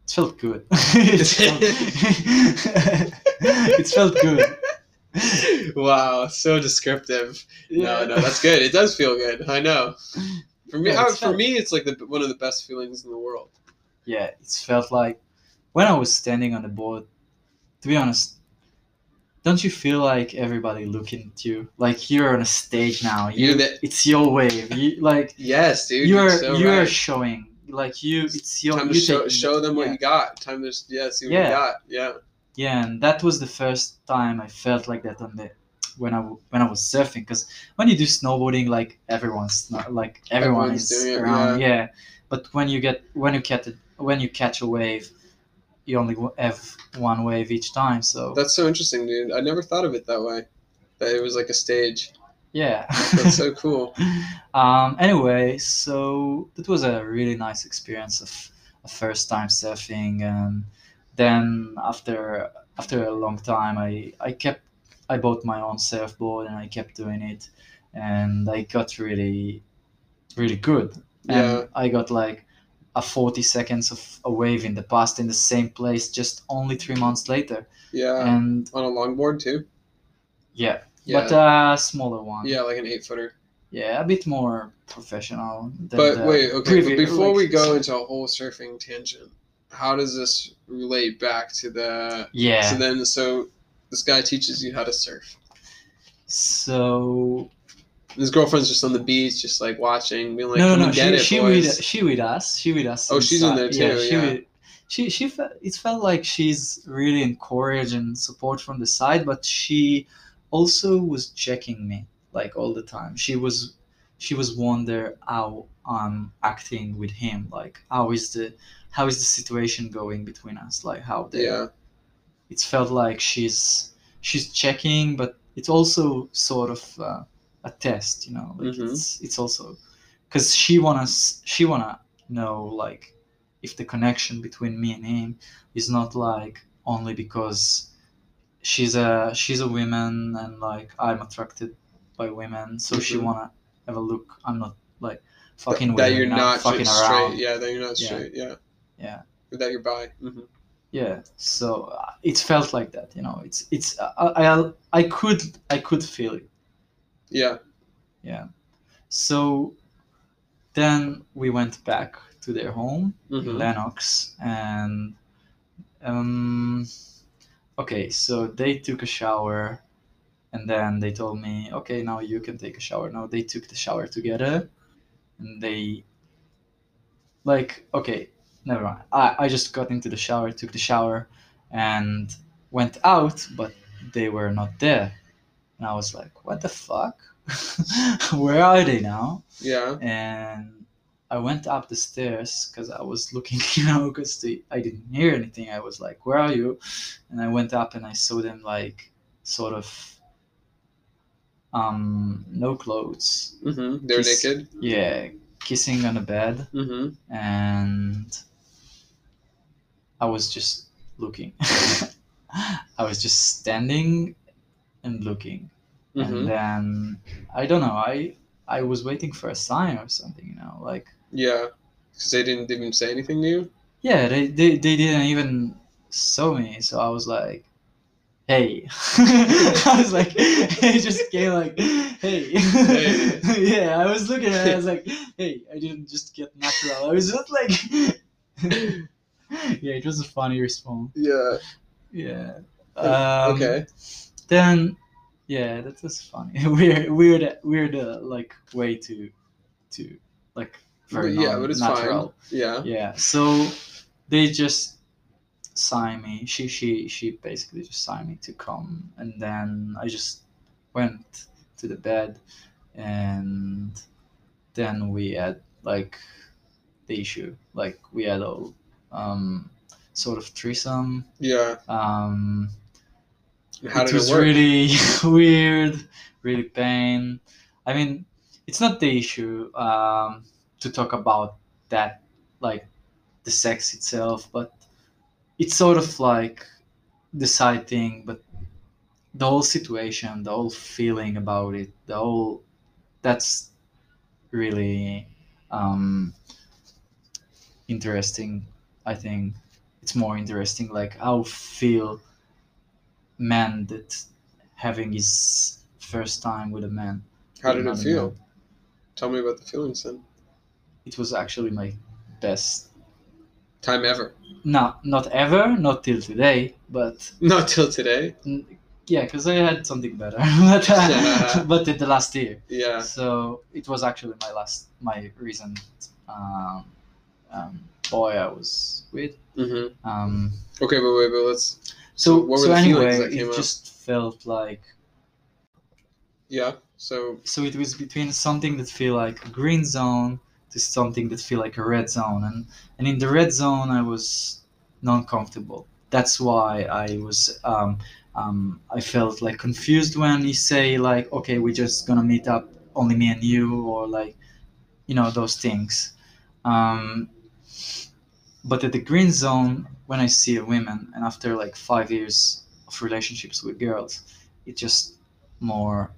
Speaker 2: it felt good. [LAUGHS] it, felt, [LAUGHS] it felt good.
Speaker 1: wow, so descriptive.
Speaker 2: Yeah.
Speaker 1: No, no, that's good. It does feel good. I know. For me,
Speaker 2: Yeah,
Speaker 1: I-
Speaker 2: it's
Speaker 1: for
Speaker 2: felt-
Speaker 1: me, it's like the one of the best feelings in the world.
Speaker 2: Yeah, it felt like when I was standing on the board, to be honest, don't you feel like everybody looking at you? Like you're on a stage now. You,
Speaker 1: You're the-
Speaker 2: it's your wave. You, like
Speaker 1: Yes, dude.
Speaker 2: you're
Speaker 1: so
Speaker 2: you're
Speaker 1: right.
Speaker 2: showing. Like you, it's your.
Speaker 1: Time
Speaker 2: you
Speaker 1: to show,
Speaker 2: taking-
Speaker 1: show them what
Speaker 2: yeah.
Speaker 1: you got. Time to s- yeah, see what
Speaker 2: Yeah.
Speaker 1: you got. Yeah.
Speaker 2: yeah and that was the first time i felt like that on the when i w- when i was surfing because when you do snowboarding like everyone's not like everyone
Speaker 1: Everyone's
Speaker 2: is
Speaker 1: doing it,
Speaker 2: around yeah. but when you get when you catch it when you catch a wave you only w- have one wave each time so
Speaker 1: That's so interesting, dude. I never thought of it that way. That it was like a stage.
Speaker 2: yeah
Speaker 1: That's
Speaker 2: [LAUGHS]
Speaker 1: so cool.
Speaker 2: um anyway so that was a really nice experience of a first time surfing and then after after a long time i i kept i bought my own surfboard and i kept doing it and i got really really good and
Speaker 1: Yeah.
Speaker 2: i got like a 40 seconds of a wave in the past in the same place just only three months later
Speaker 1: Yeah.
Speaker 2: and
Speaker 1: On a longboard too.
Speaker 2: yeah,
Speaker 1: Yeah.
Speaker 2: but a smaller one
Speaker 1: yeah, like an eight footer.
Speaker 2: Yeah, a bit more professional. Than
Speaker 1: But
Speaker 2: the
Speaker 1: wait, okay.
Speaker 2: previ-
Speaker 1: but before
Speaker 2: like-
Speaker 1: we go into a whole surfing tangent, how does this relate back to the?
Speaker 2: yeah,
Speaker 1: So then, so this guy teaches you how to surf.
Speaker 2: so
Speaker 1: And his girlfriend's just on the beach, just like watching, being like,
Speaker 2: no,
Speaker 1: "Come
Speaker 2: no, no,
Speaker 1: and get
Speaker 2: she,
Speaker 1: it,
Speaker 2: she
Speaker 1: boys."
Speaker 2: with she with us, she with us.
Speaker 1: Oh, she's in there
Speaker 2: inside.
Speaker 1: too,
Speaker 2: she
Speaker 1: yeah.
Speaker 2: with- she she felt it felt like she's really encouraged and support from the side, but she also was checking me like all the time. She was she was wonder how I'm acting with him, like how is the how is the situation going between us, like how they
Speaker 1: yeah.
Speaker 2: it felt like she's she's checking but it's also sort of uh, a test you know like
Speaker 1: Mhm.
Speaker 2: it's it's also because she wanna s- she wanna know like if the connection between me and him is not like only because she's a she's a woman and like i'm attracted by women so she
Speaker 1: Mhm.
Speaker 2: wanna have a look i'm not like fucking
Speaker 1: that
Speaker 2: with
Speaker 1: you're not
Speaker 2: fucking
Speaker 1: just
Speaker 2: around
Speaker 1: straight. Yeah, that you're not
Speaker 2: Yeah.
Speaker 1: straight. Yeah.
Speaker 2: Yeah.
Speaker 1: Or that you're bi. hmm
Speaker 2: yeah so uh, it felt like that you know it's it's uh, I, I i could i could feel it
Speaker 1: Yeah.
Speaker 2: yeah so then we went back to their home
Speaker 1: Mhm.
Speaker 2: lennox and um okay so they took a shower and then they told me okay now you can take a shower no they took the shower together and they like okay never mind i, I just got into the shower took the shower and went out but they were not there and i was like what the fuck [LAUGHS] where are they now
Speaker 1: Yeah.
Speaker 2: and I went up the stairs because I was looking, [LAUGHS] you know, because I didn't hear anything. I was like, "Where are you?" And I went up and I saw them like sort of um no clothes,
Speaker 1: Mm-hmm. They're
Speaker 2: Kiss-
Speaker 1: naked.
Speaker 2: yeah, kissing on the bed,
Speaker 1: Mm-hmm.
Speaker 2: and I was just looking. [LAUGHS] I was just standing and looking
Speaker 1: Mm-hmm.
Speaker 2: and then i don't know i i was waiting for a sign or something you know like
Speaker 1: Yeah. Because they didn't even say anything to you.
Speaker 2: yeah they they, they didn't even saw me so i was like hey [LAUGHS] i was like [LAUGHS] it just came like hey,
Speaker 1: Hey.
Speaker 2: [LAUGHS] yeah i was looking at it i was like hey i didn't just get natural i was just like [LAUGHS] yeah it was a funny response
Speaker 1: [LAUGHS] Yeah.
Speaker 2: yeah um,
Speaker 1: Oh, okay.
Speaker 2: then yeah that's just funny [LAUGHS] weird weird weird uh, like way to to like very
Speaker 1: But yeah, but it's fine.
Speaker 2: natural
Speaker 1: Yeah.
Speaker 2: yeah so they just signed me she she she basically just signed me to come and then i just went to the bed and then we had like the issue like we had a um sort of threesome
Speaker 1: Yeah.
Speaker 2: um
Speaker 1: And How did
Speaker 2: it
Speaker 1: it,
Speaker 2: was
Speaker 1: work?
Speaker 2: really [LAUGHS] weird, really pain. I mean, it's not the issue um, to talk about that, like the sex itself, but it's sort of like the side thing, but the whole situation, the whole feeling about it, the whole that's really um, interesting. I think it's more interesting, like how feel man that having his first time with a man.
Speaker 1: How did it
Speaker 2: Another
Speaker 1: feel?
Speaker 2: man.
Speaker 1: Tell me about the feelings then.
Speaker 2: It was actually my best
Speaker 1: time ever. [LAUGHS]
Speaker 2: No, not ever, not till today, but
Speaker 1: Not till today.
Speaker 2: yeah, because I had something better, [LAUGHS] but, uh,
Speaker 1: [LAUGHS] Yeah.
Speaker 2: but in the last year.
Speaker 1: Yeah.
Speaker 2: So it was actually my last, my recent um, um, boy I was with.
Speaker 1: hmm
Speaker 2: Um,
Speaker 1: Okay, but wait, but let's.
Speaker 2: so
Speaker 1: what were
Speaker 2: so
Speaker 1: the feelings
Speaker 2: anyway,
Speaker 1: that came
Speaker 2: it
Speaker 1: up?
Speaker 2: just felt like
Speaker 1: Yeah. So
Speaker 2: so it was between something that feel like a green zone to something that feel like a red zone and and in the red zone i was non comfortable that's why i was um, um, i felt like confused when he say like okay we're just gonna meet up only me and you or like you know those things um, but at the green zone when i see a woman and after like five years of relationships with girls it just more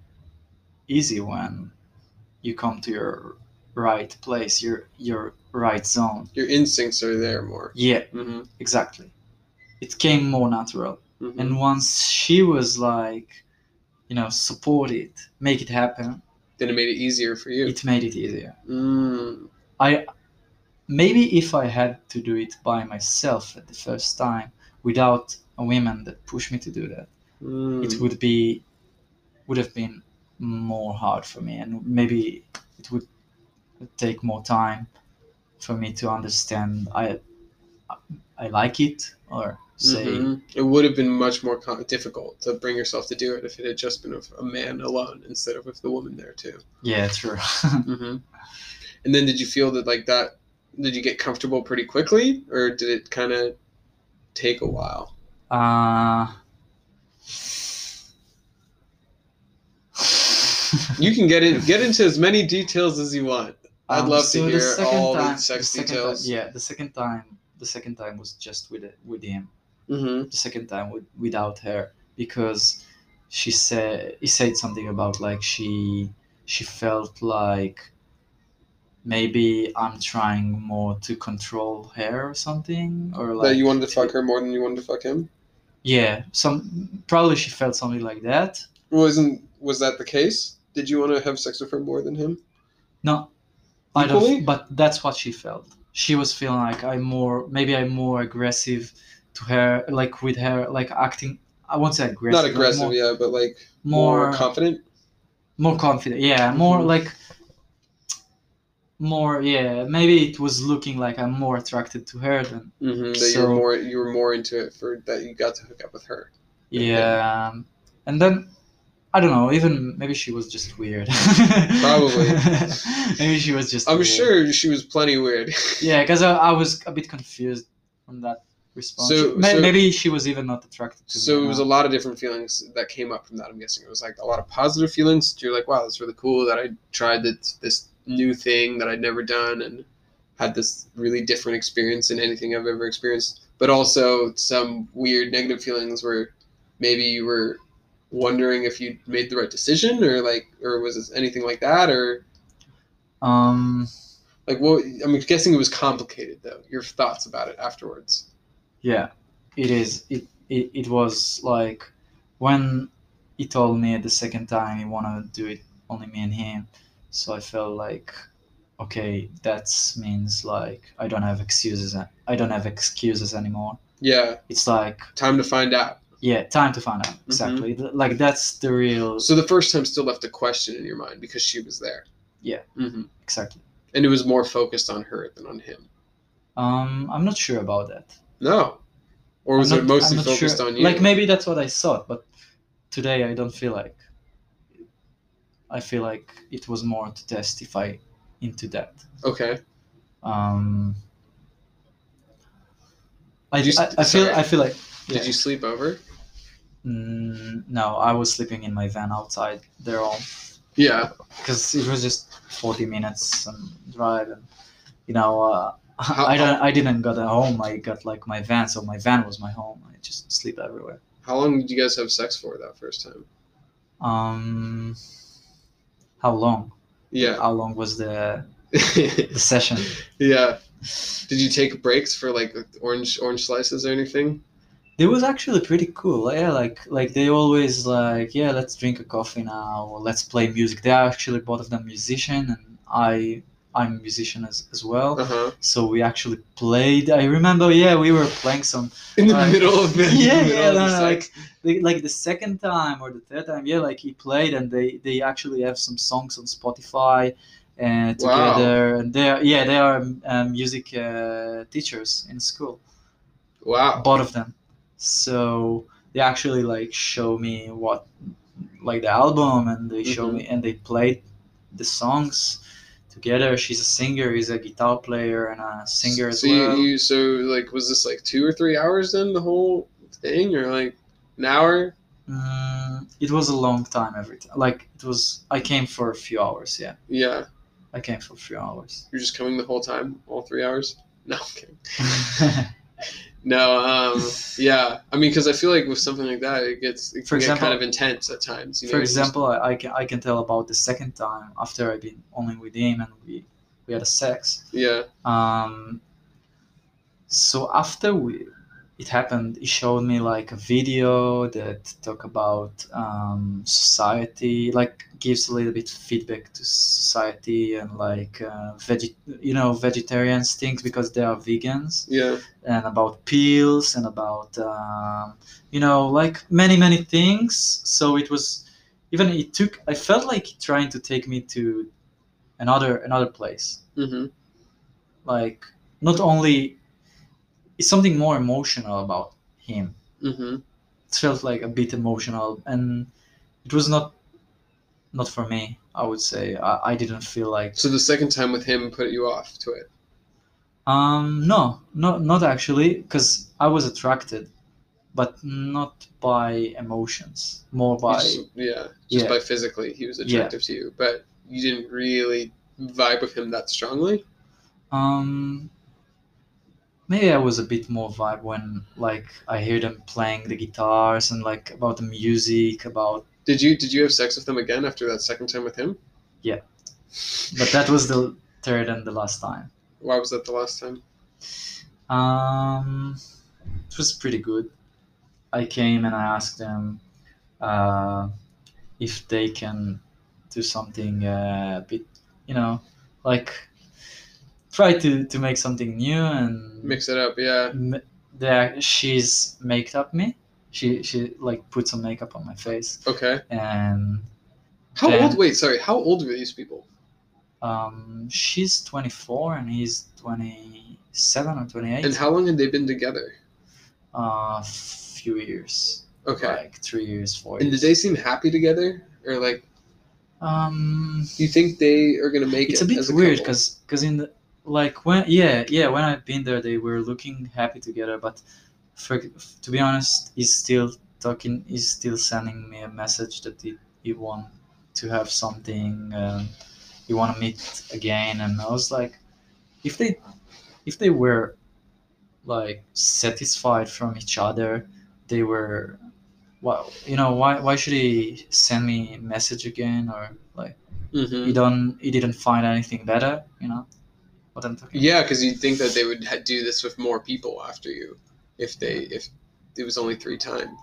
Speaker 2: easy when you come to your right place, your your right zone.
Speaker 1: your instincts are there more.
Speaker 2: Yeah,
Speaker 1: hmm
Speaker 2: exactly. It came more natural.
Speaker 1: hmm
Speaker 2: And once she was like, you know, support it, make it happen,
Speaker 1: then it made it easier for you.
Speaker 2: it made it easier.
Speaker 1: Mm.
Speaker 2: Maybe if I had to do it by myself at the first time without a woman that pushed me to do that,
Speaker 1: Mm.
Speaker 2: it would be would have been more hard for me and maybe it would take more time for me to understand i i like it or say
Speaker 1: Mhm. It would have been much more co- difficult to bring yourself to do it if it had just been of a man alone instead of with the woman there too.
Speaker 2: yeah true [LAUGHS]
Speaker 1: Mm-hmm. And then did you feel that like that? Did you get comfortable pretty quickly, or did it kind of take a while?
Speaker 2: uh
Speaker 1: You can get in, get into as many details as you want. I'd
Speaker 2: Um,
Speaker 1: love
Speaker 2: so
Speaker 1: to
Speaker 2: the
Speaker 1: hear
Speaker 2: second
Speaker 1: all
Speaker 2: time-
Speaker 1: the sex
Speaker 2: second ti-
Speaker 1: details.
Speaker 2: yeah the second time the second time was just with it with him
Speaker 1: Mm-hmm.
Speaker 2: the second time with, without her because she said he said something about like she she felt like maybe I'm trying more to control her or something or like
Speaker 1: that you wanted to fuck her more than you wanted to fuck him.
Speaker 2: yeah some probably she felt something like that
Speaker 1: Wasn't was that the case? Did you want to have sex with her more than him?
Speaker 2: no I don't
Speaker 1: Equally?
Speaker 2: but that's what she felt she was feeling like I'm more maybe I'm more aggressive to her like with her like acting I won't say aggressive
Speaker 1: Not
Speaker 2: like,
Speaker 1: aggressive,
Speaker 2: more,
Speaker 1: yeah, but like
Speaker 2: more,
Speaker 1: more confident.
Speaker 2: more confident yeah more
Speaker 1: Mhm.
Speaker 2: like more yeah maybe it was looking like i'm more attracted to her than
Speaker 1: Mm-hmm, that you
Speaker 2: So-
Speaker 1: were more you were more into it for that you got to hook up with her. Yeah.
Speaker 2: yeah um, and then i don't know even maybe she was just weird
Speaker 1: Probably.
Speaker 2: [LAUGHS] maybe she was just
Speaker 1: I'm
Speaker 2: weird.
Speaker 1: sure she was plenty weird.
Speaker 2: yeah because I, I was a bit confused from that response
Speaker 1: So-
Speaker 2: May-
Speaker 1: so-
Speaker 2: maybe she was even not attracted to
Speaker 1: so
Speaker 2: me
Speaker 1: it was
Speaker 2: no.
Speaker 1: a lot of different feelings that came up from that. I'm guessing it was like a lot of positive feelings. You're like, wow, that's really cool that I tried this this new thing that I'd never done and had this really different experience than anything I've ever experienced. But also some weird negative feelings where maybe you were wondering if you made the right decision or like or was it anything like that or
Speaker 2: um
Speaker 1: Like, well, I'm guessing it was complicated though. Your thoughts about it afterwards.
Speaker 2: Yeah, it is. It, it it was like when he told me the second time he wanna do it only me and him, so I felt like okay, that means like I don't have excuses. a- I don't have excuses anymore.
Speaker 1: Yeah,
Speaker 2: It's like
Speaker 1: time to find out.
Speaker 2: yeah, time to find out exactly. Th- Like that's the real
Speaker 1: So the first time still left a question in your mind because she was there.
Speaker 2: Yeah.
Speaker 1: hmm
Speaker 2: exactly.
Speaker 1: And it was more focused on her than on him.
Speaker 2: Um, I'm not sure about that.
Speaker 1: No. Or was
Speaker 2: I'm
Speaker 1: it
Speaker 2: not- I'm
Speaker 1: mostly
Speaker 2: not
Speaker 1: focused
Speaker 2: sure.
Speaker 1: on you?
Speaker 2: Like maybe that's what I thought, but today I don't feel like. I feel like it was more to testify into that.
Speaker 1: Okay.
Speaker 2: Um, I,
Speaker 1: Did you
Speaker 2: I,
Speaker 1: s-
Speaker 2: I feel
Speaker 1: sorry.
Speaker 2: I feel like
Speaker 1: Did
Speaker 2: yeah.
Speaker 1: you sleep over?
Speaker 2: Mm, no, I was sleeping in my van outside their home
Speaker 1: Yeah.
Speaker 2: because it was just forty minutes and drive and you know uh,
Speaker 1: How-
Speaker 2: I don't I didn't got a home. I got like my van, so my van was my home. I just sleep everywhere.
Speaker 1: How long did you guys have sex for that first time?
Speaker 2: Um, how long?
Speaker 1: Yeah. [LAUGHS]
Speaker 2: How long was the the session?
Speaker 1: yeah. Did you take breaks for like orange orange slices or anything?
Speaker 2: It was actually pretty cool. Yeah, like like they always like yeah, let's drink a coffee now or let's play music. They are actually both of them musician, and I I'm a musician as, as well.
Speaker 1: Uh-huh.
Speaker 2: So we actually played. I remember, yeah, we were playing some.
Speaker 1: In the
Speaker 2: Like-
Speaker 1: middle of the
Speaker 2: Yeah,
Speaker 1: in the
Speaker 2: yeah,
Speaker 1: middle
Speaker 2: no,
Speaker 1: of the sex.
Speaker 2: no, like, the, like the second time or the third time, yeah, like he played and they they actually have some songs on Spotify and
Speaker 1: Wow.
Speaker 2: together and they are yeah they are um, music uh, teachers in school
Speaker 1: wow.
Speaker 2: both of them. So they actually like show me what like the album and they show
Speaker 1: Mhm.
Speaker 2: me and they played the songs together. She's a singer, he's a guitar player and a singer as
Speaker 1: so you-
Speaker 2: well.
Speaker 1: you, so like was this like two or three hours then the whole thing or like an hour?
Speaker 2: Mm, it was a long time every time. Like it was I came for a few hours, yeah.
Speaker 1: Yeah,
Speaker 2: I came for a few
Speaker 1: [LAUGHS]
Speaker 2: hours.
Speaker 1: you're just coming the whole time, all three hours. No, I'm kidding. No, um, yeah. I mean, because I feel like with something like that, it gets it
Speaker 2: For
Speaker 1: can get
Speaker 2: example-
Speaker 1: kind of intense at times. You
Speaker 2: for
Speaker 1: know, it's just-
Speaker 2: example, I, I can I can tell about the second time after I've been only with him and we we had a sex.
Speaker 1: yeah.
Speaker 2: Um, so after we, it happened, he showed me like a video that talk about um, society, like gives a little bit feedback to society and like uh, veg, you know, vegetarians things because they are vegans
Speaker 1: Yeah,
Speaker 2: and about pills and about um, you know like many many things so it was even it took i felt like trying to take me to another another place
Speaker 1: hmm
Speaker 2: like not only it's something more emotional about him
Speaker 1: hmm
Speaker 2: it felt like a bit emotional and it was not not for me i would say i, I didn't feel like
Speaker 1: So the second time with him put you off to it.
Speaker 2: um no not not actually because i was attracted but not by emotions more
Speaker 1: You
Speaker 2: by
Speaker 1: just- yeah, just
Speaker 2: yeah.
Speaker 1: by physically, he was
Speaker 2: Yeah.
Speaker 1: attractive to you, but you didn't really vibe with him that strongly.
Speaker 2: um maybe i was a bit more vibe when like i hear them playing the guitars and like about the music about
Speaker 1: Did you? Did you have sex with him again after that second time with him?
Speaker 2: Yeah. but that was the third and the last time.
Speaker 1: Why was that the last time?
Speaker 2: Um, it was pretty good. I came and I asked them uh, if they can do something uh, a bit, you know, like try to, to make something new and
Speaker 1: Mix it up, yeah.
Speaker 2: m- there she's maked up me. She she like put some makeup on my face
Speaker 1: Okay.
Speaker 2: and
Speaker 1: How
Speaker 2: Then-
Speaker 1: old? Wait, sorry. How old were these people?
Speaker 2: um, she's 24 and he's 27 or 28.
Speaker 1: And how long had they been together?
Speaker 2: a few years,
Speaker 1: Okay.
Speaker 2: like three years, four
Speaker 1: And
Speaker 2: years.
Speaker 1: did they seem happy together, or like
Speaker 2: um,
Speaker 1: do you think they are gonna make
Speaker 2: it's
Speaker 1: it?
Speaker 2: a bit
Speaker 1: as a
Speaker 2: weird
Speaker 1: couple?
Speaker 2: because in the like when yeah yeah when I've been there they were looking happy together, but for to be honest, he's still talking. He's still sending me a message that he he want to have something. Um, you want to meet again, and I was like, if they if they were like satisfied from each other, they were. Well, you know why? Why should he send me a message again or like?
Speaker 1: Mhm.
Speaker 2: he don't he didn't find anything better you know what i'm talking
Speaker 1: Yeah, because you'd think that they would ha- do this with more people after you, if they if it was only three times.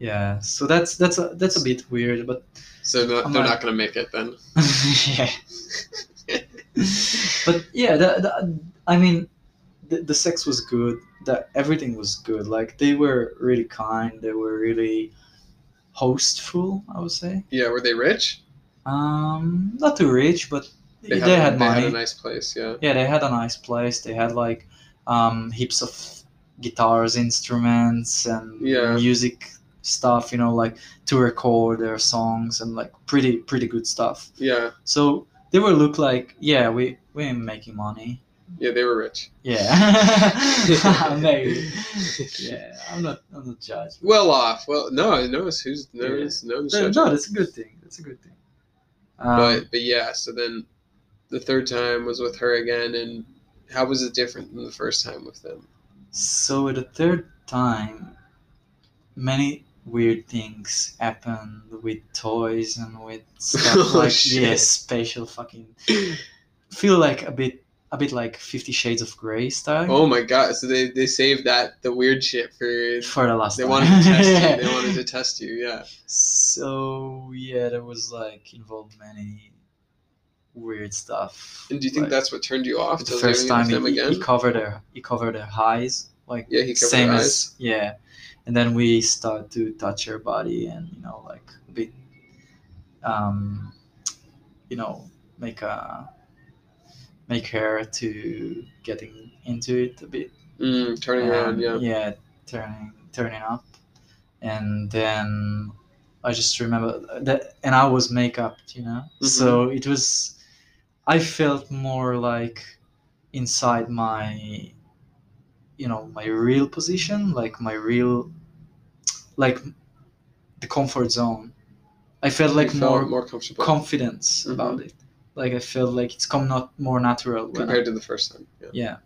Speaker 2: yeah so that's that's a that's a bit weird but
Speaker 1: So no,
Speaker 2: I'm
Speaker 1: they're
Speaker 2: like-
Speaker 1: not gonna make it then.
Speaker 2: [LAUGHS] yeah but yeah the, the, i mean the, the sex was good that everything was good like they were really kind they were really hostful i would say
Speaker 1: Yeah, were they rich?
Speaker 2: um not too rich but they, had
Speaker 1: they
Speaker 2: money
Speaker 1: had a nice place. Yeah.
Speaker 2: yeah they had a nice place they had like um heaps of guitars instruments and
Speaker 1: Yeah.
Speaker 2: music stuff you know like to record their songs and like pretty pretty good stuff
Speaker 1: Yeah.
Speaker 2: so they were look like yeah we we're making money
Speaker 1: Yeah, they were rich. [LAUGHS]
Speaker 2: yeah [LAUGHS] maybe yeah i'm not i'm not judging
Speaker 1: Well off. Well, no, I notice who's no
Speaker 2: Yeah.
Speaker 1: one's no one's
Speaker 2: no,
Speaker 1: judging.
Speaker 2: no that's a good thing that's a good thing um,
Speaker 1: but but yeah. So then, the third time was with her again, and how was it different than the first time with them?
Speaker 2: So the third time, many weird things happened with toys and
Speaker 1: [LAUGHS]
Speaker 2: with stuff
Speaker 1: Oh,
Speaker 2: like
Speaker 1: shit.
Speaker 2: yeah, special fucking feel like a bit a bit like Fifty Shades of Grey style
Speaker 1: Oh my god! So they they saved that the weird shit for
Speaker 2: for the last
Speaker 1: Oh, They
Speaker 2: time.
Speaker 1: wanted to test
Speaker 2: Yeah.
Speaker 1: you.
Speaker 2: [LAUGHS]
Speaker 1: They wanted to test you. Yeah.
Speaker 2: So yeah, there was like involved many weird stuff.
Speaker 1: And do you think
Speaker 2: Like,
Speaker 1: that's what turned you off
Speaker 2: the
Speaker 1: to
Speaker 2: first
Speaker 1: living
Speaker 2: time
Speaker 1: with him
Speaker 2: he,
Speaker 1: again?
Speaker 2: he covered her, he covered her eyes, like
Speaker 1: yeah, he covered
Speaker 2: same
Speaker 1: her eyes.
Speaker 2: as yeah, and then we start to touch her body and you know like a bit, um, you know make a make her to getting into it a bit
Speaker 1: Mm, turning around,
Speaker 2: and,
Speaker 1: yeah.
Speaker 2: Um, turning turning up and then i just remember that and i was makeup you know
Speaker 1: Mm-hmm.
Speaker 2: so it was i felt more like inside my you know my real position like my real like the comfort zone i felt like
Speaker 1: You felt
Speaker 2: more
Speaker 1: more comfortable
Speaker 2: confidence
Speaker 1: Mhm.
Speaker 2: about it like i felt like it's come not more natural when I
Speaker 1: compared to the first time. Yeah.
Speaker 2: yeah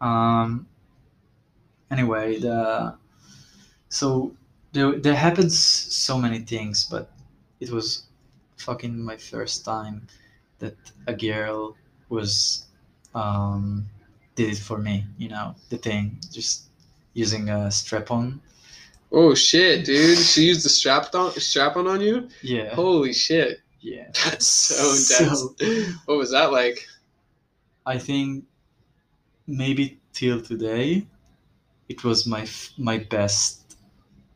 Speaker 2: um anyway the so there there happens so many things but it was fucking my first time that a girl was um did it for me you know the thing just using a strap on
Speaker 1: Oh shit, dude! She used the strap on strap on on you.
Speaker 2: yeah
Speaker 1: Holy shit,
Speaker 2: Oh, yeah
Speaker 1: that's so dense. [LAUGHS] What was that like?
Speaker 2: i think maybe till today it was my f- my best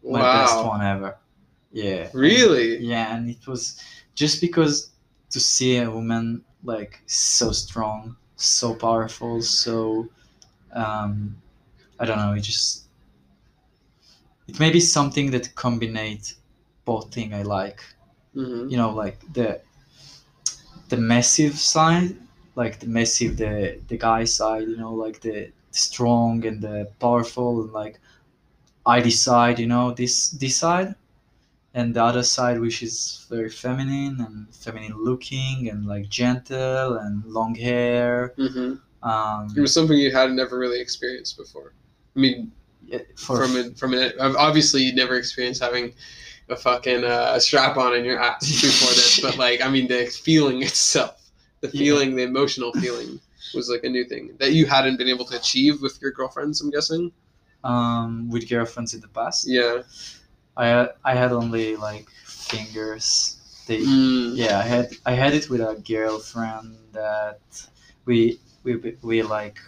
Speaker 2: my best
Speaker 1: wow,
Speaker 2: one ever. Yeah.
Speaker 1: really?
Speaker 2: Yeah, and it was just because to see a woman like so strong, so powerful, so um I don't know, it just it may be something that combinate both thing I like.
Speaker 1: hmm
Speaker 2: You know, like the the massive side, like the massive the the guy side, you know, like the strong and the powerful and like I decide, you know, this this side, and the other side which is very feminine and feminine looking and like gentle and long hair.
Speaker 1: hmm
Speaker 2: Um,
Speaker 1: It was something you had never really experienced before. I mean,
Speaker 2: yeah, for
Speaker 1: from a, from an obviously you would never experienced having a fucking uh, strap on in your ass [LAUGHS] before this, but like I mean the feeling [LAUGHS] itself, the
Speaker 2: Yeah.
Speaker 1: feeling, the emotional feeling was like a new thing that you hadn't been able to achieve with your girlfriends. I'm guessing.
Speaker 2: um, with girlfriends in the past,
Speaker 1: Yeah.
Speaker 2: I I had only like fingers. They
Speaker 1: Mm.
Speaker 2: yeah, I had I had it with a girlfriend that we we we like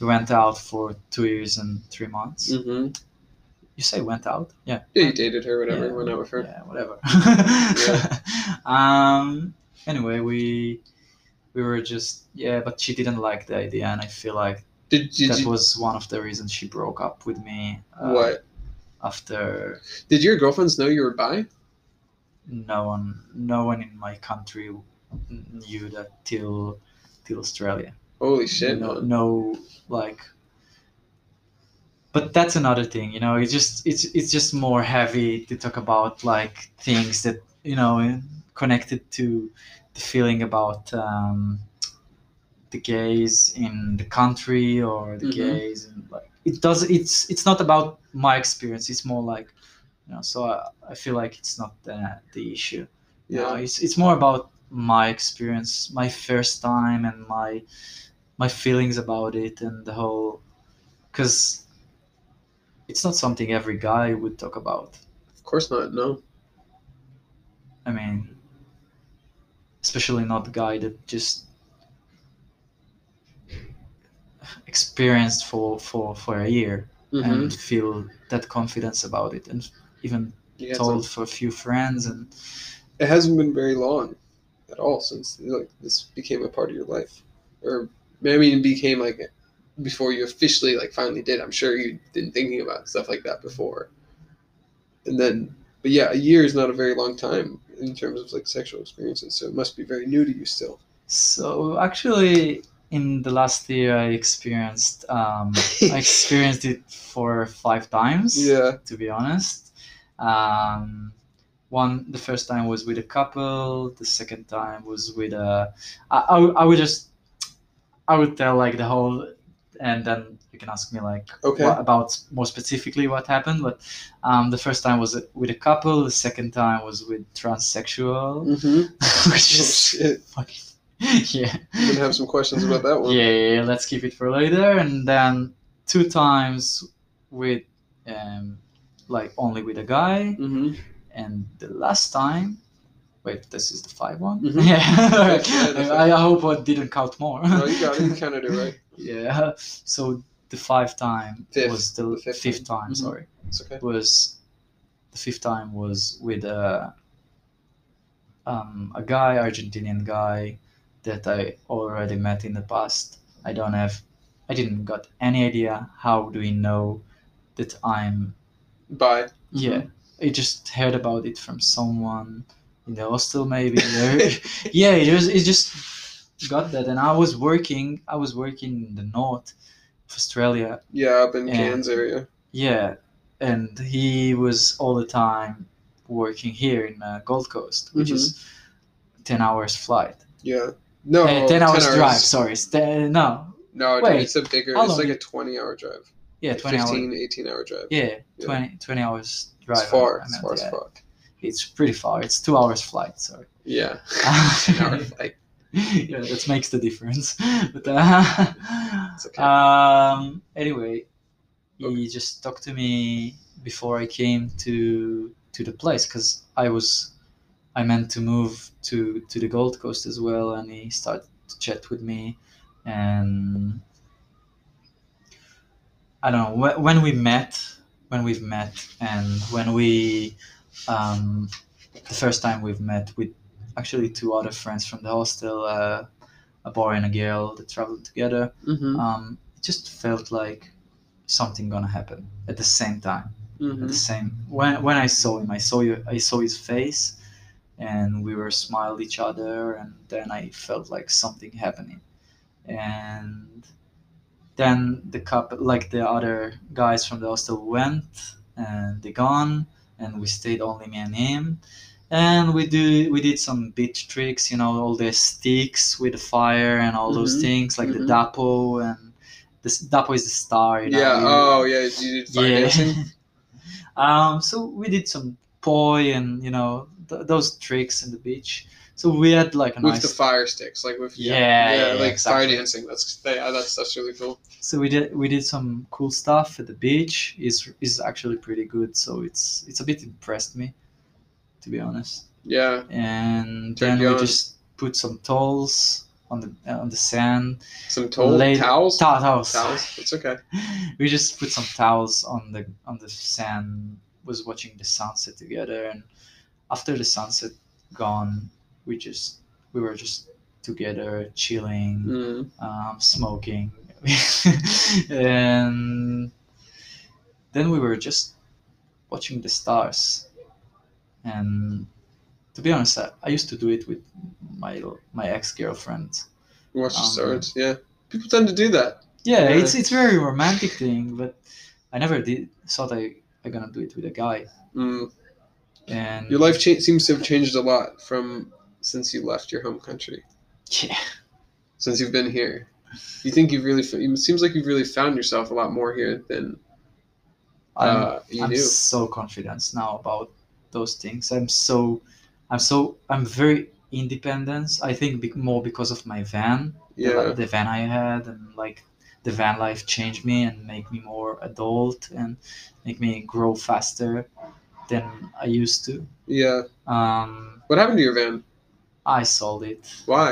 Speaker 2: we went out for two years and three months.
Speaker 1: hmm
Speaker 2: You say went out? Yeah.
Speaker 1: Yeah, you dated her, whatever.
Speaker 2: Yeah.
Speaker 1: Went out with her.
Speaker 2: Yeah, whatever. [LAUGHS] um. Anyway, we we were just yeah, but she didn't like the idea, and I feel like
Speaker 1: Did, did
Speaker 2: that
Speaker 1: you?
Speaker 2: was one of the reasons she broke up with me. uh,
Speaker 1: what?
Speaker 2: After
Speaker 1: Did your girlfriends know you were bi?
Speaker 2: no one, no one in my country knew that till till Australia.
Speaker 1: Holy shit!
Speaker 2: no,
Speaker 1: man.
Speaker 2: no, like. But that's another thing, you know. It's just it's it's just more heavy to talk about like things that you know connected to the feeling about um, the gays in the country or the
Speaker 1: Mhm.
Speaker 2: gays and like it does. It's it's not about my experience. It's more like you know. So I, I feel like it's not the the issue. You know,
Speaker 1: Yeah.
Speaker 2: it's it's more about my experience, my first time, and my my feelings about it and the whole because it's not something every guy would talk about
Speaker 1: Of course not. No.
Speaker 2: i mean especially not the guy that just experienced for for for a year
Speaker 1: Mm-hmm.
Speaker 2: and feel that confidence about it and even
Speaker 1: Yeah, it's
Speaker 2: told for a few friends and
Speaker 1: it hasn't been very long at all since like this became a part of your life or i mean it became like before you officially like finally did i'm sure you'd been thinking about stuff like that before and then but yeah a year is not a very long time in terms of like sexual experiences so it must be very new to you
Speaker 2: [LAUGHS]
Speaker 1: still
Speaker 2: so actually in the last year i experienced um i experienced it for five times
Speaker 1: yeah
Speaker 2: to be honest. Um, one, the first time was with a couple. The second time was with a. I, I, would- I would just, I would tell like the whole, and then you can ask me like
Speaker 1: okay
Speaker 2: what, about more specifically what happened. But um, the first time was with a couple. The second time was with transsexual, [LAUGHS]
Speaker 1: mm-hmm.
Speaker 2: which is
Speaker 1: shit.
Speaker 2: fucking
Speaker 1: Oh,
Speaker 2: [LAUGHS] yeah.
Speaker 1: i'm gonna have some questions about that one
Speaker 2: Yeah, yeah, yeah, let's keep it for later. And then two times with, um, like only with a guy,
Speaker 1: mm-hmm.
Speaker 2: and the last time Wait, this is the five one.
Speaker 1: Mhm.
Speaker 2: [LAUGHS]
Speaker 1: [LAUGHS]
Speaker 2: Yeah,
Speaker 1: Yeah, that's
Speaker 2: I, I hope I didn't count more.
Speaker 1: No, you got it. You counted it right.
Speaker 2: [LAUGHS] yeah. So the five time
Speaker 1: Fifth.
Speaker 2: was the,
Speaker 1: The fifth
Speaker 2: fifth time.
Speaker 1: Mhm.
Speaker 2: Sorry,
Speaker 1: It's okay.
Speaker 2: was the fifth time was with a um, a guy, Argentinian guy, that I already met in the past. I don't have, I didn't got any idea how do we know that I'm
Speaker 1: Bye.
Speaker 2: yeah, I just heard about it from someone in the hostel, maybe. or- yeah, it just it just got that, and I was working. I was working in the north of Australia.
Speaker 1: [LAUGHS] yeah, up in
Speaker 2: Yeah.
Speaker 1: Cairns area.
Speaker 2: Yeah, and he was all the time working here in uh, Gold Coast, which is
Speaker 1: Mm-hmm.
Speaker 2: ten hours flight.
Speaker 1: Yeah. No,
Speaker 2: Eh, ten, hours,
Speaker 1: Oh, hours
Speaker 2: drive. Sorry, it's ten, no,
Speaker 1: No, dude,
Speaker 2: Wait,
Speaker 1: it's a bigger.
Speaker 2: how
Speaker 1: It's
Speaker 2: long
Speaker 1: like
Speaker 2: you-
Speaker 1: a twenty-hour drive.
Speaker 2: yeah, twenty hours.
Speaker 1: 15, 18-hour drive.
Speaker 2: Yeah,
Speaker 1: Yeah.
Speaker 2: 20, 20 hours drive.
Speaker 1: it's far.
Speaker 2: I
Speaker 1: It's
Speaker 2: meant,
Speaker 1: far as
Speaker 2: yeah.
Speaker 1: fuck.
Speaker 2: It's pretty far. It's two hours
Speaker 1: [LAUGHS]
Speaker 2: flight. Sorry.
Speaker 1: Yeah.
Speaker 2: [LAUGHS]
Speaker 1: An hour flight.
Speaker 2: yeah, that makes the difference. [LAUGHS] But uh, [LAUGHS]
Speaker 1: It's okay.
Speaker 2: um, anyway, he
Speaker 1: Okay.
Speaker 2: just talked to me before I came to to the place because I was I meant to move to to the Gold Coast as well, and he started to chat with me, and I don't know wh- when we met, when we've met, and when we um, the first time we've met with actually two other friends from the hostel, uh, a boy and a girl that traveled together.
Speaker 1: Mm-hmm.
Speaker 2: Um, it just felt like something gonna happen at the same time. At
Speaker 1: Mm-hmm.
Speaker 2: the same when when I saw him, I saw you, I saw his face, and we were smiled each other, and then I felt like something happening, and then the couple, like the other guys from the hostel, went and they gone, and we stayed only me and him. And we do we did some beach tricks, you know, all the sticks with the fire and all those
Speaker 1: Mhm.
Speaker 2: things, like
Speaker 1: Mhm.
Speaker 2: the dapo and this dapo is the star. You know,
Speaker 1: Yeah.
Speaker 2: you-
Speaker 1: Oh, yeah. You did financing.
Speaker 2: [LAUGHS] um, so we did some poi and you know th- those tricks in the beach. So we had like a
Speaker 1: with
Speaker 2: nice.
Speaker 1: the fire sticks, like with
Speaker 2: Yeah, yeah, yeah,
Speaker 1: like
Speaker 2: exactly.
Speaker 1: fire dancing. That's yeah, that's that's really cool.
Speaker 2: so we did we did some cool stuff at the beach. is is actually pretty good. So it's it's a bit impressed me, to be honest.
Speaker 1: Yeah, Turned
Speaker 2: And then
Speaker 1: you
Speaker 2: we
Speaker 1: on.
Speaker 2: just put some towels on the on the sand.
Speaker 1: some towel
Speaker 2: Lay-
Speaker 1: towels.
Speaker 2: Tow- towels.
Speaker 1: Towels. It's okay.
Speaker 2: [LAUGHS] we just put some towels on the on the sand was watching the sunset together and after the sunset gone we just we were just together chilling
Speaker 1: Mm.
Speaker 2: um, smoking [LAUGHS] and then we were just watching the stars and to be honest i, I used to do it with my my ex-girlfriend
Speaker 1: Watch the
Speaker 2: Um,
Speaker 1: stars. Yeah, people tend to do that.
Speaker 2: yeah,
Speaker 1: Yeah.
Speaker 2: it's it's very romantic thing, but I never did thought I I gonna do it with a guy.
Speaker 1: Mm.
Speaker 2: And
Speaker 1: Your life cha- seems to have changed a lot from since you left your home country,
Speaker 2: [LAUGHS] yeah,
Speaker 1: since you've been here. You think you've really? f- It seems like you've really found yourself a lot more here than
Speaker 2: I'm,
Speaker 1: uh, you
Speaker 2: I'm
Speaker 1: knew.
Speaker 2: so confident now about those things. I'm so I'm so I'm very independent. I think be- more because of my van, the-
Speaker 1: Yeah,
Speaker 2: the van I had, and like the van life changed me and make me more adult and make me grow faster than I used to.
Speaker 1: yeah.
Speaker 2: Um,
Speaker 1: What happened to your van?
Speaker 2: I sold it.
Speaker 1: Why?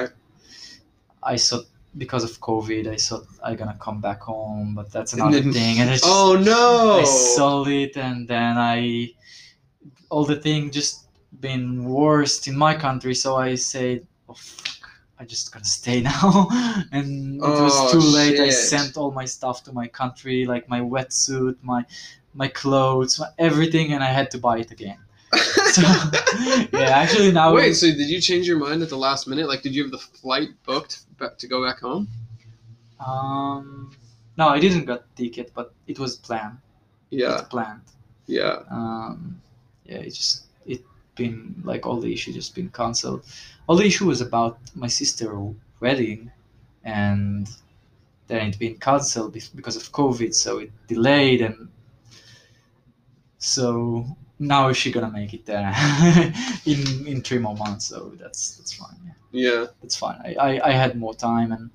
Speaker 2: I thought because of COVID, I thought I gonna come back home, but that's
Speaker 1: And
Speaker 2: another
Speaker 1: then-
Speaker 2: thing. And I just
Speaker 1: Oh no!
Speaker 2: I
Speaker 1: [LAUGHS]
Speaker 2: sold it, and then I all the thing just been worst in my country. So I said, oh, fuck, I just gonna stay [LAUGHS] now, and it
Speaker 1: Oh,
Speaker 2: was too late. I
Speaker 1: shit.
Speaker 2: sent all my stuff to my country, like my wetsuit, my my clothes, my everything, and I had to buy it again. [LAUGHS] [LAUGHS] So yeah, actually now
Speaker 1: Wait, so did you change your mind at the last minute? Like, did you have the flight booked ba- to go back home?
Speaker 2: Um, no, I didn't got ticket, but it was planned.
Speaker 1: Yeah,
Speaker 2: It's planned.
Speaker 1: yeah.
Speaker 2: Um, yeah, it just it been like all the issue just been cancelled. All the issue was about my sister wedding, and then it been cancelled bef- because of COVID, so it delayed and so now is she gonna make it there [LAUGHS] in in three more months? So that's that's fine. Yeah
Speaker 1: Yeah,
Speaker 2: it's fine. I, I, I had more time and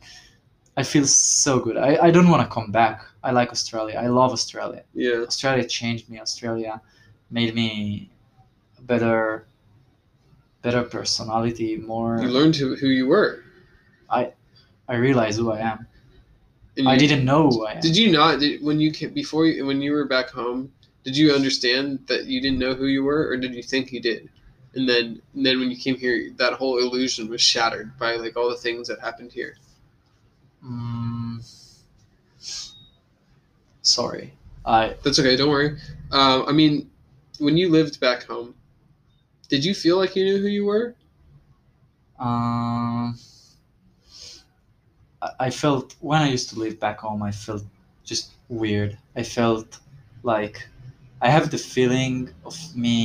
Speaker 2: I feel so good. I, I don't want to come back. I like Australia. I love Australia.
Speaker 1: yeah.
Speaker 2: Australia changed me. Australia made me a better better personality, more.
Speaker 1: You learned who, who you were.
Speaker 2: I realized who I am.
Speaker 1: And
Speaker 2: I
Speaker 1: you-
Speaker 2: didn't know who I am.
Speaker 1: Did you not did, when you came, before you, when you were back home? Did you understand that you didn't know who you were, or did you think you did? And then, and then when you came here, that whole illusion was shattered by like all the things that happened here.
Speaker 2: Mm, sorry. I
Speaker 1: That's okay. Don't worry. Um, I mean, when you lived back home, did you feel like you knew who you were?
Speaker 2: um. I- I felt when I used to live back home. I felt just weird. I felt like I have the feeling of me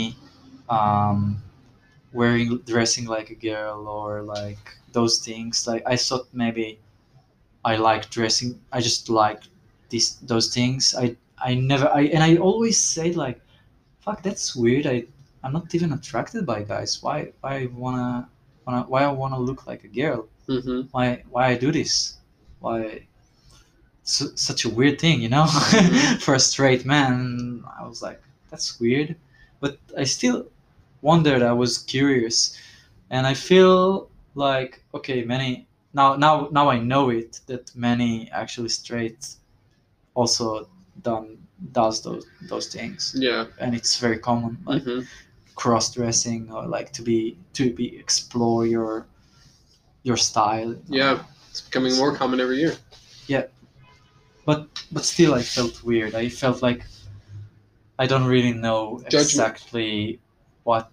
Speaker 2: um, wearing dressing like a girl or like those things. Like I thought maybe I like dressing. I just like these those things. I I never I and I always say like, fuck that's weird. I I'm not even attracted by guys. Why why I wanna wanna why I wanna look like a girl?
Speaker 1: Mm-hmm.
Speaker 2: Why why I do this? Why? Su- such a weird thing, you know, [LAUGHS] for a straight man. I was like, that's weird, but I still wondered. I was curious, and I feel like okay, many now now now I know it that many actually straight also done does those those things,
Speaker 1: Yeah.
Speaker 2: and it's very common. Like
Speaker 1: hmm
Speaker 2: cross dressing or like to be to be explore your your style.
Speaker 1: Yeah. It's becoming more common every year.
Speaker 2: but still I felt weird. I felt like I don't really know
Speaker 1: Judgment.
Speaker 2: exactly what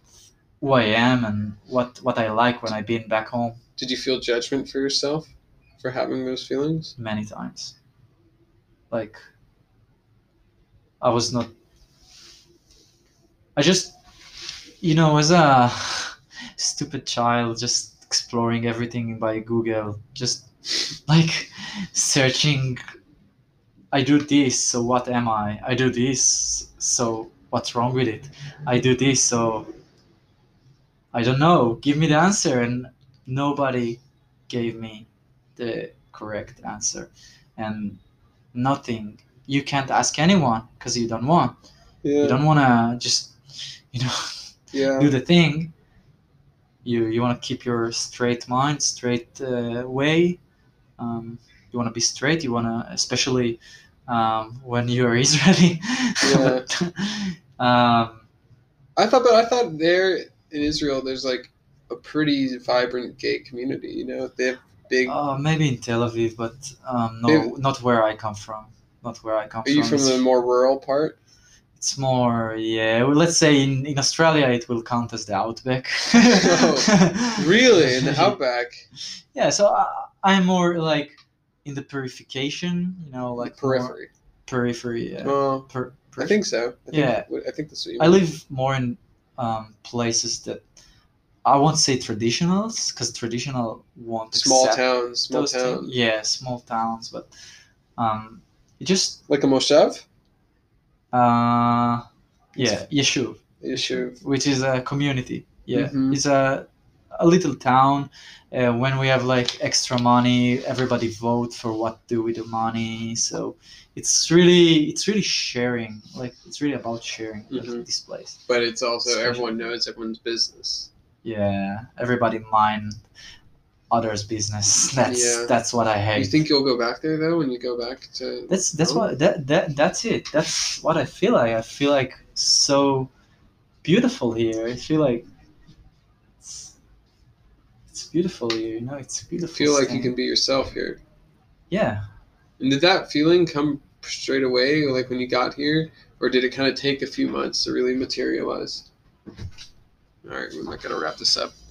Speaker 2: who I am and what what I like when I've been back home
Speaker 1: Did you feel judgment for yourself for having those feelings?
Speaker 2: many times. Like I was not I just you know, as a [LAUGHS] stupid child just exploring everything by Google, just like searching I do this, so what am I? I do this, so what's wrong with it? I do this, so I don't know. Give me the answer, and nobody gave me the correct answer, and nothing. You can't ask anyone because you don't want. You
Speaker 1: Yeah.
Speaker 2: don't wanna just, you know, [LAUGHS]
Speaker 1: Yeah.
Speaker 2: do the thing. You you want to keep your straight mind, straight uh, way. Um, you want to be straight. You want to, especially um, when you are [LAUGHS] Israeli.
Speaker 1: Yeah.
Speaker 2: But, [LAUGHS] um,
Speaker 1: I thought, but I thought there in Israel, there's like a pretty vibrant gay community. You know, they have big. Are
Speaker 2: uh, maybe in Tel Aviv, but um, no,
Speaker 1: Maybe-
Speaker 2: not where I come from. Not where I come
Speaker 1: you from
Speaker 2: It's,
Speaker 1: the more rural part?
Speaker 2: it's more, yeah. Well, let's say in, in Australia, it will count as the outback. [LAUGHS]
Speaker 1: Really, in the outback,
Speaker 2: yeah. So I, I'm more like in the purification, you know, like
Speaker 1: like
Speaker 2: more-
Speaker 1: periphery.
Speaker 2: periphery. Yeah.
Speaker 1: Oh,
Speaker 2: Per-
Speaker 1: I think so. I think,
Speaker 2: Yeah.
Speaker 1: I think that's what you.
Speaker 2: I live more in um, places that I won't say traditionals because traditional won't
Speaker 1: small
Speaker 2: accept
Speaker 1: towns, small
Speaker 2: those
Speaker 1: town,
Speaker 2: things. Yeah, small towns, but um, it just
Speaker 1: like a moshev.
Speaker 2: uh, yeah, yeshuv,
Speaker 1: Issue.
Speaker 2: which is a community. Yeah,
Speaker 1: Mhm.
Speaker 2: it's a a little town. Uh, when we have like extra money, everybody vote for what do with the money. So it's really it's really sharing. Like it's really about sharing like,
Speaker 1: Mhm.
Speaker 2: this place.
Speaker 1: But it's also
Speaker 2: Special.
Speaker 1: everyone knows everyone's business.
Speaker 2: Yeah, everybody mind others' business. [LAUGHS] That's
Speaker 1: Yeah.
Speaker 2: that's what I hate.
Speaker 1: You think you'll go back there though when you go back to?
Speaker 2: that's that's
Speaker 1: No?
Speaker 2: what that, that that's it. That's what I feel like. I feel like so beautiful here. I feel like it's, it's beautiful here. You know, it's beautiful.
Speaker 1: Feel like you
Speaker 2: state.
Speaker 1: can be yourself here.
Speaker 2: Yeah,
Speaker 1: And did that feeling come straight away, like when you got here, or did it kind of take a few months to really materialize? All right, we're not gonna wrap this up.